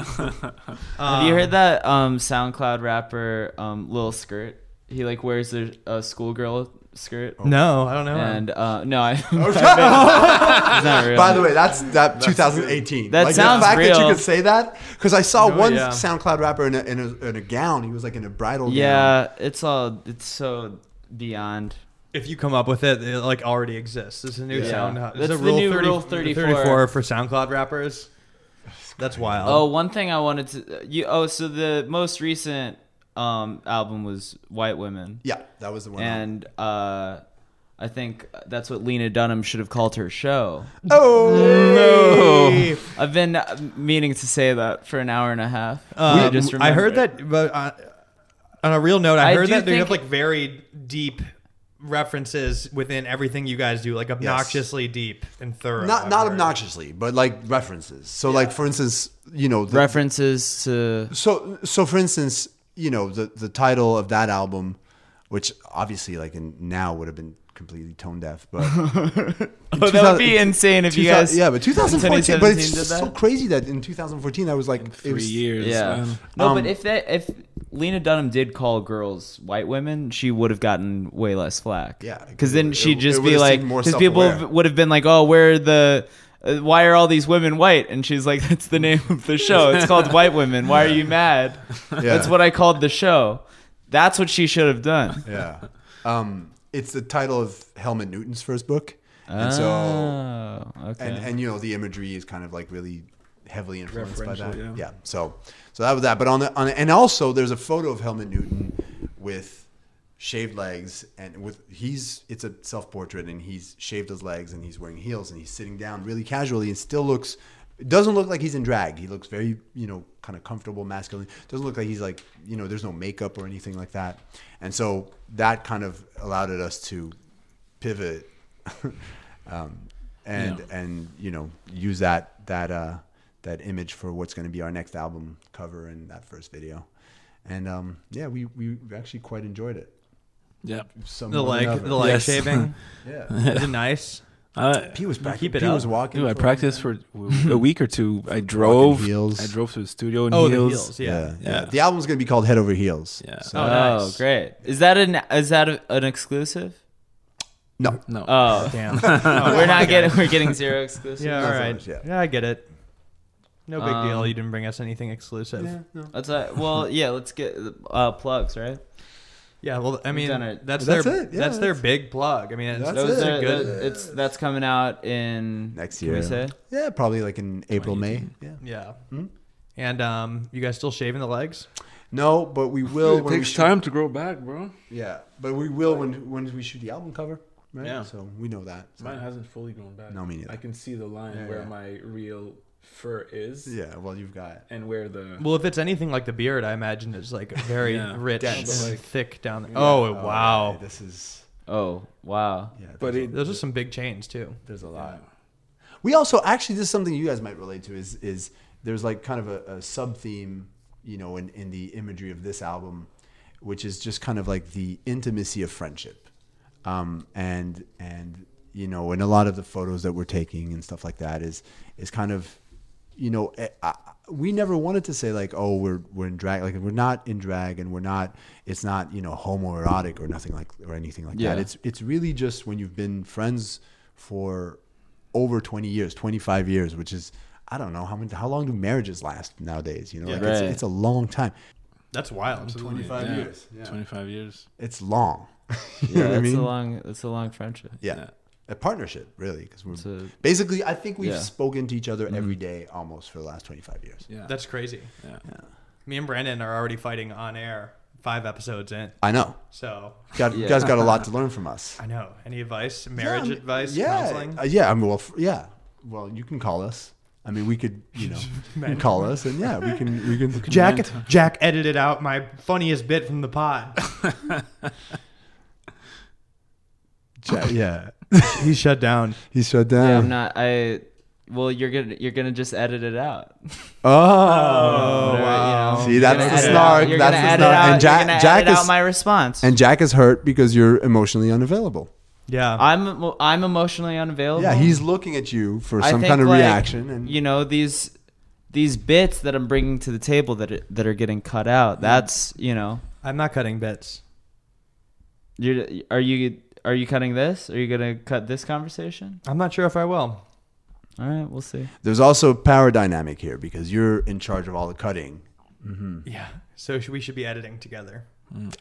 S2: Have you heard that um, SoundCloud rapper um, Lil Skirt? He like wears a, a schoolgirl skirt.
S1: No, I don't know.
S2: And uh, no, I, it's not real.
S3: By the way, that's that 2018.
S2: That
S3: like,
S2: sounds
S3: the fact that
S2: real.
S3: you could say that because I saw
S1: No,
S3: one
S1: yeah.
S3: SoundCloud rapper in a, in a in a gown. He was like in a bridal gown.
S2: yeah, it's all it's so beyond.
S1: if you come up with it, it like already exists. It's a new
S2: Yeah.
S1: sound.
S2: That's
S1: It's a
S2: the
S1: rule,
S2: new
S1: 30
S2: Rule 34.
S1: for SoundCloud rappers. That's wild.
S2: Oh, one thing I wanted to you. Oh, so the most recent um, album was White Women,
S3: Yeah, that was the one.
S2: and uh, I think that's what Lena Dunham should have called her show.
S3: oh
S1: Hey.
S2: I've been uh, meaning to say that for an hour and a half.
S1: Um,
S2: I just
S1: I heard
S2: remembered.
S1: that, but uh, on a real note, I,
S2: I
S1: heard
S2: do
S1: that they
S2: think-
S1: have like very deep references within everything you guys do, like obnoxiously deep and thorough.
S3: not
S1: I've
S3: not
S1: heard.
S3: obnoxiously, but like references. So like for instance, you know, the,
S2: references to
S3: so so for instance, you know, the the title of that album, which obviously like in now would have been completely tone deaf, but
S2: Oh, that would be insane if you
S3: 2000
S2: guys.
S3: yeah, but 2014, but
S2: 2017
S3: it's
S2: did
S3: just so
S2: that?
S3: crazy that in 2014 I was like it
S4: three
S3: was-
S4: years.
S2: Yeah.
S4: man.
S2: No,
S3: Um,
S2: but if that if Lena Dunham did call girls white women, she would have gotten way less flack.
S3: Yeah,
S2: because then
S3: it-
S2: she'd
S3: it
S2: just be
S3: would've
S2: like,
S3: seemed more
S2: because people
S3: self-aware.
S2: would have been like, oh, where are the. uh, Why are all these women white? And she's like, "That's the name of the show. It's called White Women. Why are you mad? That's what I called the show. That's what she should have done.
S3: Yeah. Um, it's the title of Helmut Newton's first book, and so
S2: oh, okay.
S3: and and you know the imagery is kind of like really heavily influenced by that. Yeah.
S4: Referential,
S3: So so that was that. But on the on the, and also there's a photo of Helmut Newton with shaved legs and with he's it's a self portrait and he's shaved his legs and he's wearing heels and he's sitting down really casually and still looks It doesn't look like he's in drag. He looks very, you know, kind of comfortable, masculine. Doesn't look like he's like, you know, there's no makeup or anything like that. And so that kind of allowed us to pivot um, and and you know use that that uh, that image for what's going to be our next album cover and that first video. And um, yeah, we we actually quite enjoyed it.
S4: Yeah.
S3: Some
S1: The
S3: way or
S1: leg,
S3: another.
S1: the leg
S6: Yes.
S1: shaving.
S3: yeah.
S1: Is it nice?
S6: Uh,
S3: P was back.
S1: Keep it
S3: P was
S1: up.
S3: walking.
S6: dude, I
S3: for a
S6: practiced for a week or two. I drove.
S3: heels.
S6: I drove to the studio in
S1: Oh, the
S6: heels.
S1: heels. Yeah.
S3: Yeah, yeah.
S6: Yeah.
S3: The album's gonna be called Head Over Heels.
S6: Yeah.
S1: Oh, nice.
S2: great! Is that an is that a, an exclusive?
S3: No.
S6: No.
S2: Oh,
S1: Damn.
S2: we're not getting we're getting zero exclusive.
S1: yeah. All
S3: so
S1: right.
S3: much, yeah.
S1: yeah. I get it. No big deal.
S2: Um,
S1: You didn't bring us anything exclusive. Yeah.
S2: That's a, well, yeah. Let's get uh, plugs, right?
S1: well, I mean,
S2: done it.
S1: that's
S3: That's
S1: their
S3: it, yeah,
S1: that's their
S3: that's-
S1: big plug. I mean, it's,
S3: That's
S1: those
S3: it.
S1: are
S2: are-
S1: good.
S2: that- it's that's coming out in
S3: Next
S2: can we
S3: year.
S2: say?
S3: Yeah, probably like in April, May. Yeah.
S1: yeah.
S3: Hmm?
S1: And um, you guys still shaving the legs?
S3: No, but we will.
S6: it
S3: when
S6: takes
S3: we shoot,
S6: time to grow back, bro.
S3: Yeah, but we will when when we shoot the album cover. Right?
S6: Yeah.
S3: So we know that. So-
S4: Mine hasn't fully grown back.
S3: No, me neither.
S4: I can see the line
S3: Yeah,
S4: where
S3: yeah.
S4: my real fur is
S3: Yeah. Well, you've got.
S4: and where the.
S1: Well, if it's anything like the beard, I imagine it's like very
S6: Yeah.
S1: rich,
S4: Dense.
S1: and thick down there. Oh, wow.
S3: yeah, this is.
S2: Oh wow!
S3: Yeah.
S4: But
S3: there's
S4: it-
S3: a-
S1: Those are some big chains too.
S3: there's a lot. We also actually this is something you guys might relate to is is there's like kind of a, a sub theme, you know, in, in the imagery of this album, which is just kind of like the intimacy of friendship, um, and and you know, and a lot of the photos that we're taking and stuff like that is is kind of, you know, eh, I, we never wanted to say like, oh, we're we're in drag, like we're not in drag, and we're not, it's not you know homoerotic or nothing like or anything like
S2: Yeah.
S3: that. It's it's really just when you've been friends for over 20 years 25 years which is i don't know how many how long do marriages last nowadays you know like
S2: Right.
S3: it's, it's a long time
S1: That's wild.
S3: 25
S6: Yeah. 25 years.
S3: it's long you
S2: Yeah,
S3: know what
S2: that's
S3: i mean
S2: a long that's a long friendship.
S3: yeah.
S6: yeah.
S3: a partnership really because we're
S2: It's a-
S3: basically i think we've
S2: Yeah. Mm-hmm.
S3: spoken to each other every day almost for the last 25 years
S6: Yeah.
S1: That's crazy.
S6: yeah.
S1: Me and Brandon are already fighting on air five episodes in.
S3: i know
S1: So
S3: Got, you
S2: Yeah.
S3: guys got a lot to learn from us
S1: I know. Any advice? Marriage
S3: Yeah, I mean,
S1: advice?
S3: yeah
S1: Counseling?
S3: Uh, yeah i mean well f- yeah well you can call us i mean we could you know you can call us and yeah we can we can
S1: Jack Jack edited out my funniest bit from the pod.
S3: Jack- yeah
S1: he shut down.
S3: he shut down
S2: Yeah, I'm not. I well, you're gonna you're gonna just edit it out.
S3: Oh,
S2: Whatever, you know.
S3: See,
S2: You're
S3: that's
S2: gonna
S3: the
S2: edit it
S3: snark,
S2: out. You're
S3: that's
S2: gonna
S3: the
S2: edit
S3: snark.
S2: out-
S3: And Jack-
S2: you're gonna
S3: Jack
S2: edit
S3: is-
S2: out my response.
S3: And Jack is hurt because you're emotionally unavailable. Oh.
S1: Yeah.
S2: I'm I'm emotionally unavailable.
S3: Yeah, he's looking at you for
S2: I
S3: some
S2: think,
S3: kind of
S2: like,
S3: reaction, and
S2: you know these these bits that I'm bringing to the table that are, that are getting cut out. That's you know
S1: I'm not cutting bits.
S2: you're are you are you cutting this? Are you gonna cut this conversation?
S1: I'm not sure if I will.
S2: All right, we'll see.
S3: there's also a power dynamic here because you're in charge of all the cutting.
S1: Yeah. So should, we should be editing together.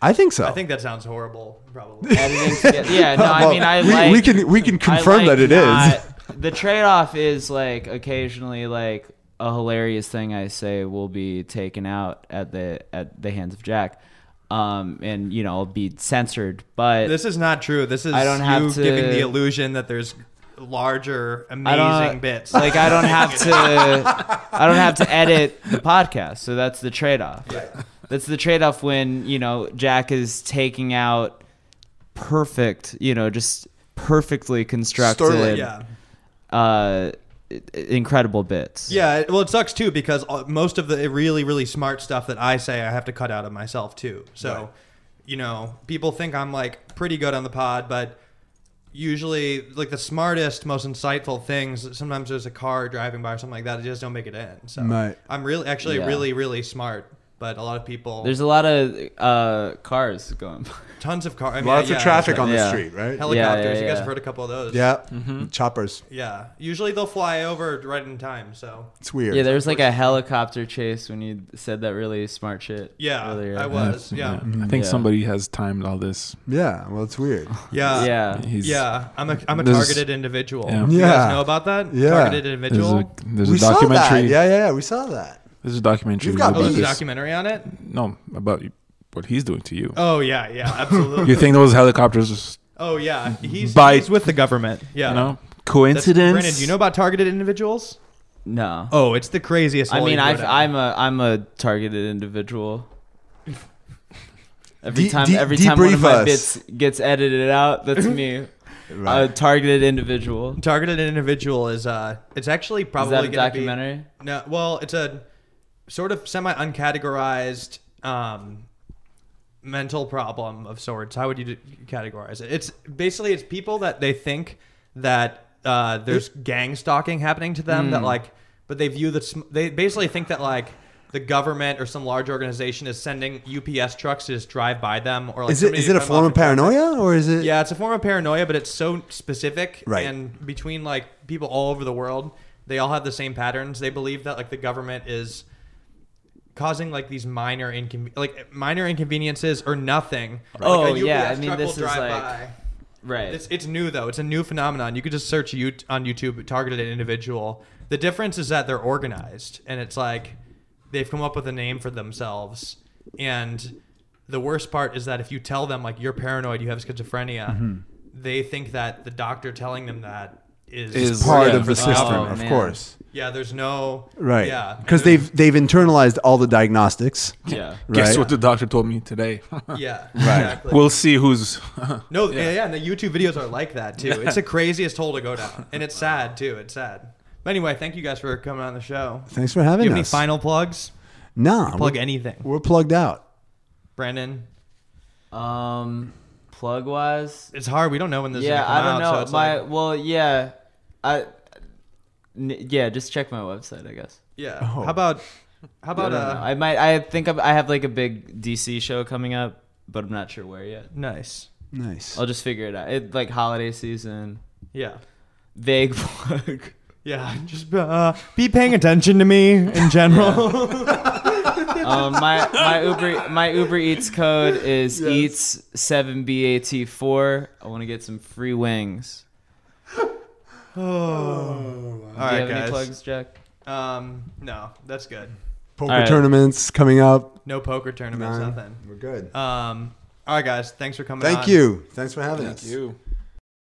S3: I think so.
S1: I think that sounds horrible. Probably.
S2: Editing together. Yeah, no, I
S3: Well,
S2: mean I
S3: we,
S2: like
S3: we can we can confirm that it is.
S2: the trade off is like occasionally like a hilarious thing I say will be taken out at the at the hands of Jack. Um and you know, I'll be censored, but
S1: This is not true. This is
S2: I don't have
S1: you
S2: to-
S1: giving the illusion that there's larger,
S2: I
S1: amazing
S2: don't
S1: bits.
S2: like I don't have to I don't have to edit the podcast, so that's the trade off. That's the trade off when, you know, Jack is taking out perfect, you know, just perfectly constructed
S3: Sterling.
S1: yeah.
S2: uh i- i- incredible bits.
S1: Yeah, it- well, it sucks too because uh, most of the really, really smart stuff that I say, I have to cut out of myself too. So,
S3: Right.
S1: you know, people think I'm like pretty good on the pod, but usually, like the smartest, most insightful things, sometimes there's a car driving by or something like that, I just don't make it in. So,
S3: Right.
S1: I'm really, actually,
S2: Yeah.
S1: really, really smart, but a lot of people,
S2: There's a lot of uh, cars going by.
S1: tons of cars, I mean,
S3: Lots
S1: yeah,
S3: of traffic on the
S2: Yeah.
S3: street, right?
S1: helicopters.
S2: Yeah, yeah,
S1: You guys
S2: yeah.
S1: have heard a couple of those.
S3: yeah, choppers.
S1: Yeah. Usually they'll fly over right in time. So,
S3: It's weird.
S2: Yeah, there was like a helicopter chase when you said that really smart shit.
S1: yeah,
S2: earlier.
S1: I was. Yeah.
S3: Mm-hmm.
S4: I think
S2: Yeah.
S4: somebody has timed all this.
S3: Yeah, well, it's weird.
S1: Yeah.
S2: yeah.
S4: He's,
S1: yeah, I'm a I'm a
S4: This is-
S1: targeted individual.
S4: Yeah.
S1: You
S3: Yeah.
S1: guys know about that?
S3: Yeah.
S1: Targeted
S4: There's
S1: individual.
S4: a, there's a
S3: we saw that.
S4: documentary.
S3: Yeah, yeah, yeah, we saw that.
S4: There's a documentary
S3: You've got
S1: oh,
S4: about
S1: there's a
S4: this.
S1: documentary on it.
S4: no, about what he's doing to you.
S1: Oh yeah, yeah, absolutely.
S4: You think those helicopters,
S1: oh yeah, he's,
S4: By-
S1: he's with the government. Yeah.
S4: you know,
S1: That's-
S4: coincidence?
S1: Brandon, do you know about targeted individuals?
S2: No.
S1: Oh, it's the craziest.
S2: I
S1: hole
S2: mean,
S1: you go
S2: I've,
S1: down.
S2: I'm a I'm a targeted individual. Every
S3: De-
S2: time,
S3: de-
S2: every time one of
S3: debrief
S2: my
S3: us.
S2: bits gets edited out, that's me.
S3: Right.
S2: A targeted individual.
S1: targeted individual is uh, it's actually
S2: Is
S1: probably
S2: that a
S1: gonna be-
S2: documentary?
S1: no, well, it's a sort of semi uncategorized um, mental problem of sorts. How would you d- categorize it? It's basically it's people that they think that uh, there's gang stalking happening to them
S3: Hmm.
S1: that like, but they view the sm- they basically think that like. The government or some large organization is sending UPS trucks to just drive by them, or like
S3: is it
S1: somebody
S3: is
S1: to
S3: it a
S1: come
S3: form
S1: off
S3: of
S1: the-
S3: paranoia or is it?
S1: Yeah, it's a form of paranoia, but it's so specific.
S3: Right.
S1: And between like people all over the world, they all have the same patterns. They believe that like the government is causing like these minor incon like minor inconveniences or nothing.
S2: Oh,
S1: Like, a
S2: yeah,
S1: UPS
S2: I mean,
S1: truck
S2: this
S1: will
S2: is,
S1: drive
S2: like-
S1: by.
S2: Right.
S1: It's it's new though. It's a new phenomenon. You could just search you on YouTube targeted individual. The difference is that they're organized and it's like they've come up with a name for themselves. And the worst part is that if you tell them like you're paranoid, you have schizophrenia, they think that the doctor telling them that is,
S6: Is-
S3: Part
S6: Yeah,
S3: of the
S6: for sure.
S3: system,
S2: Oh,
S3: of
S2: man.
S3: course.
S1: yeah, there's no
S3: Right.
S1: Yeah.
S3: Because they've they've internalized all the diagnostics.
S2: yeah.
S3: Right.
S4: Guess what the doctor told me today?
S1: Yeah. Exactly.
S6: We'll see who's.
S1: no, yeah. yeah, and the YouTube videos are like that too. It's the craziest hole to go down. And it's sad too. It's sad. But anyway, thank you guys for coming on the show.
S3: Thanks for having
S1: Do you have any
S3: us.
S1: final plugs?
S3: nah,
S1: Plug
S3: we're,
S1: anything.
S3: we're plugged out.
S1: Brandon,
S2: Um, plug wise.
S1: it's hard. We don't know when this
S2: Yeah,
S1: is gonna
S2: I
S1: come
S2: don't
S1: out,
S2: know.
S1: so it's
S2: my
S1: like-
S2: well, yeah, I. n- Yeah, just check my website, I guess.
S1: yeah.
S3: Oh.
S1: How about how
S2: I,
S1: about
S2: don't know.
S1: uh
S2: I might. I think I'm- I have like a big DC show coming up, but I'm not sure where yet.
S1: nice.
S3: Nice.
S2: I'll just figure it out. It like holiday season.
S1: Yeah.
S2: Vague plug.
S1: Yeah, just uh, be paying attention to me in general.
S2: um, my my Uber my Uber Eats code is Eats seven B A T four. I want to get some free wings.
S1: All
S2: Do you
S1: right,
S2: have any
S1: guys.
S2: plugs, Jack?
S1: Um, no, that's good.
S3: Poker
S2: All right.
S3: tournaments coming up.
S1: No poker tournaments,
S3: Nine.
S1: nothing.
S3: We're good.
S1: Um, all right, guys. Thanks for coming.
S3: Thank
S1: on.
S3: you. Thanks for having us.
S6: you.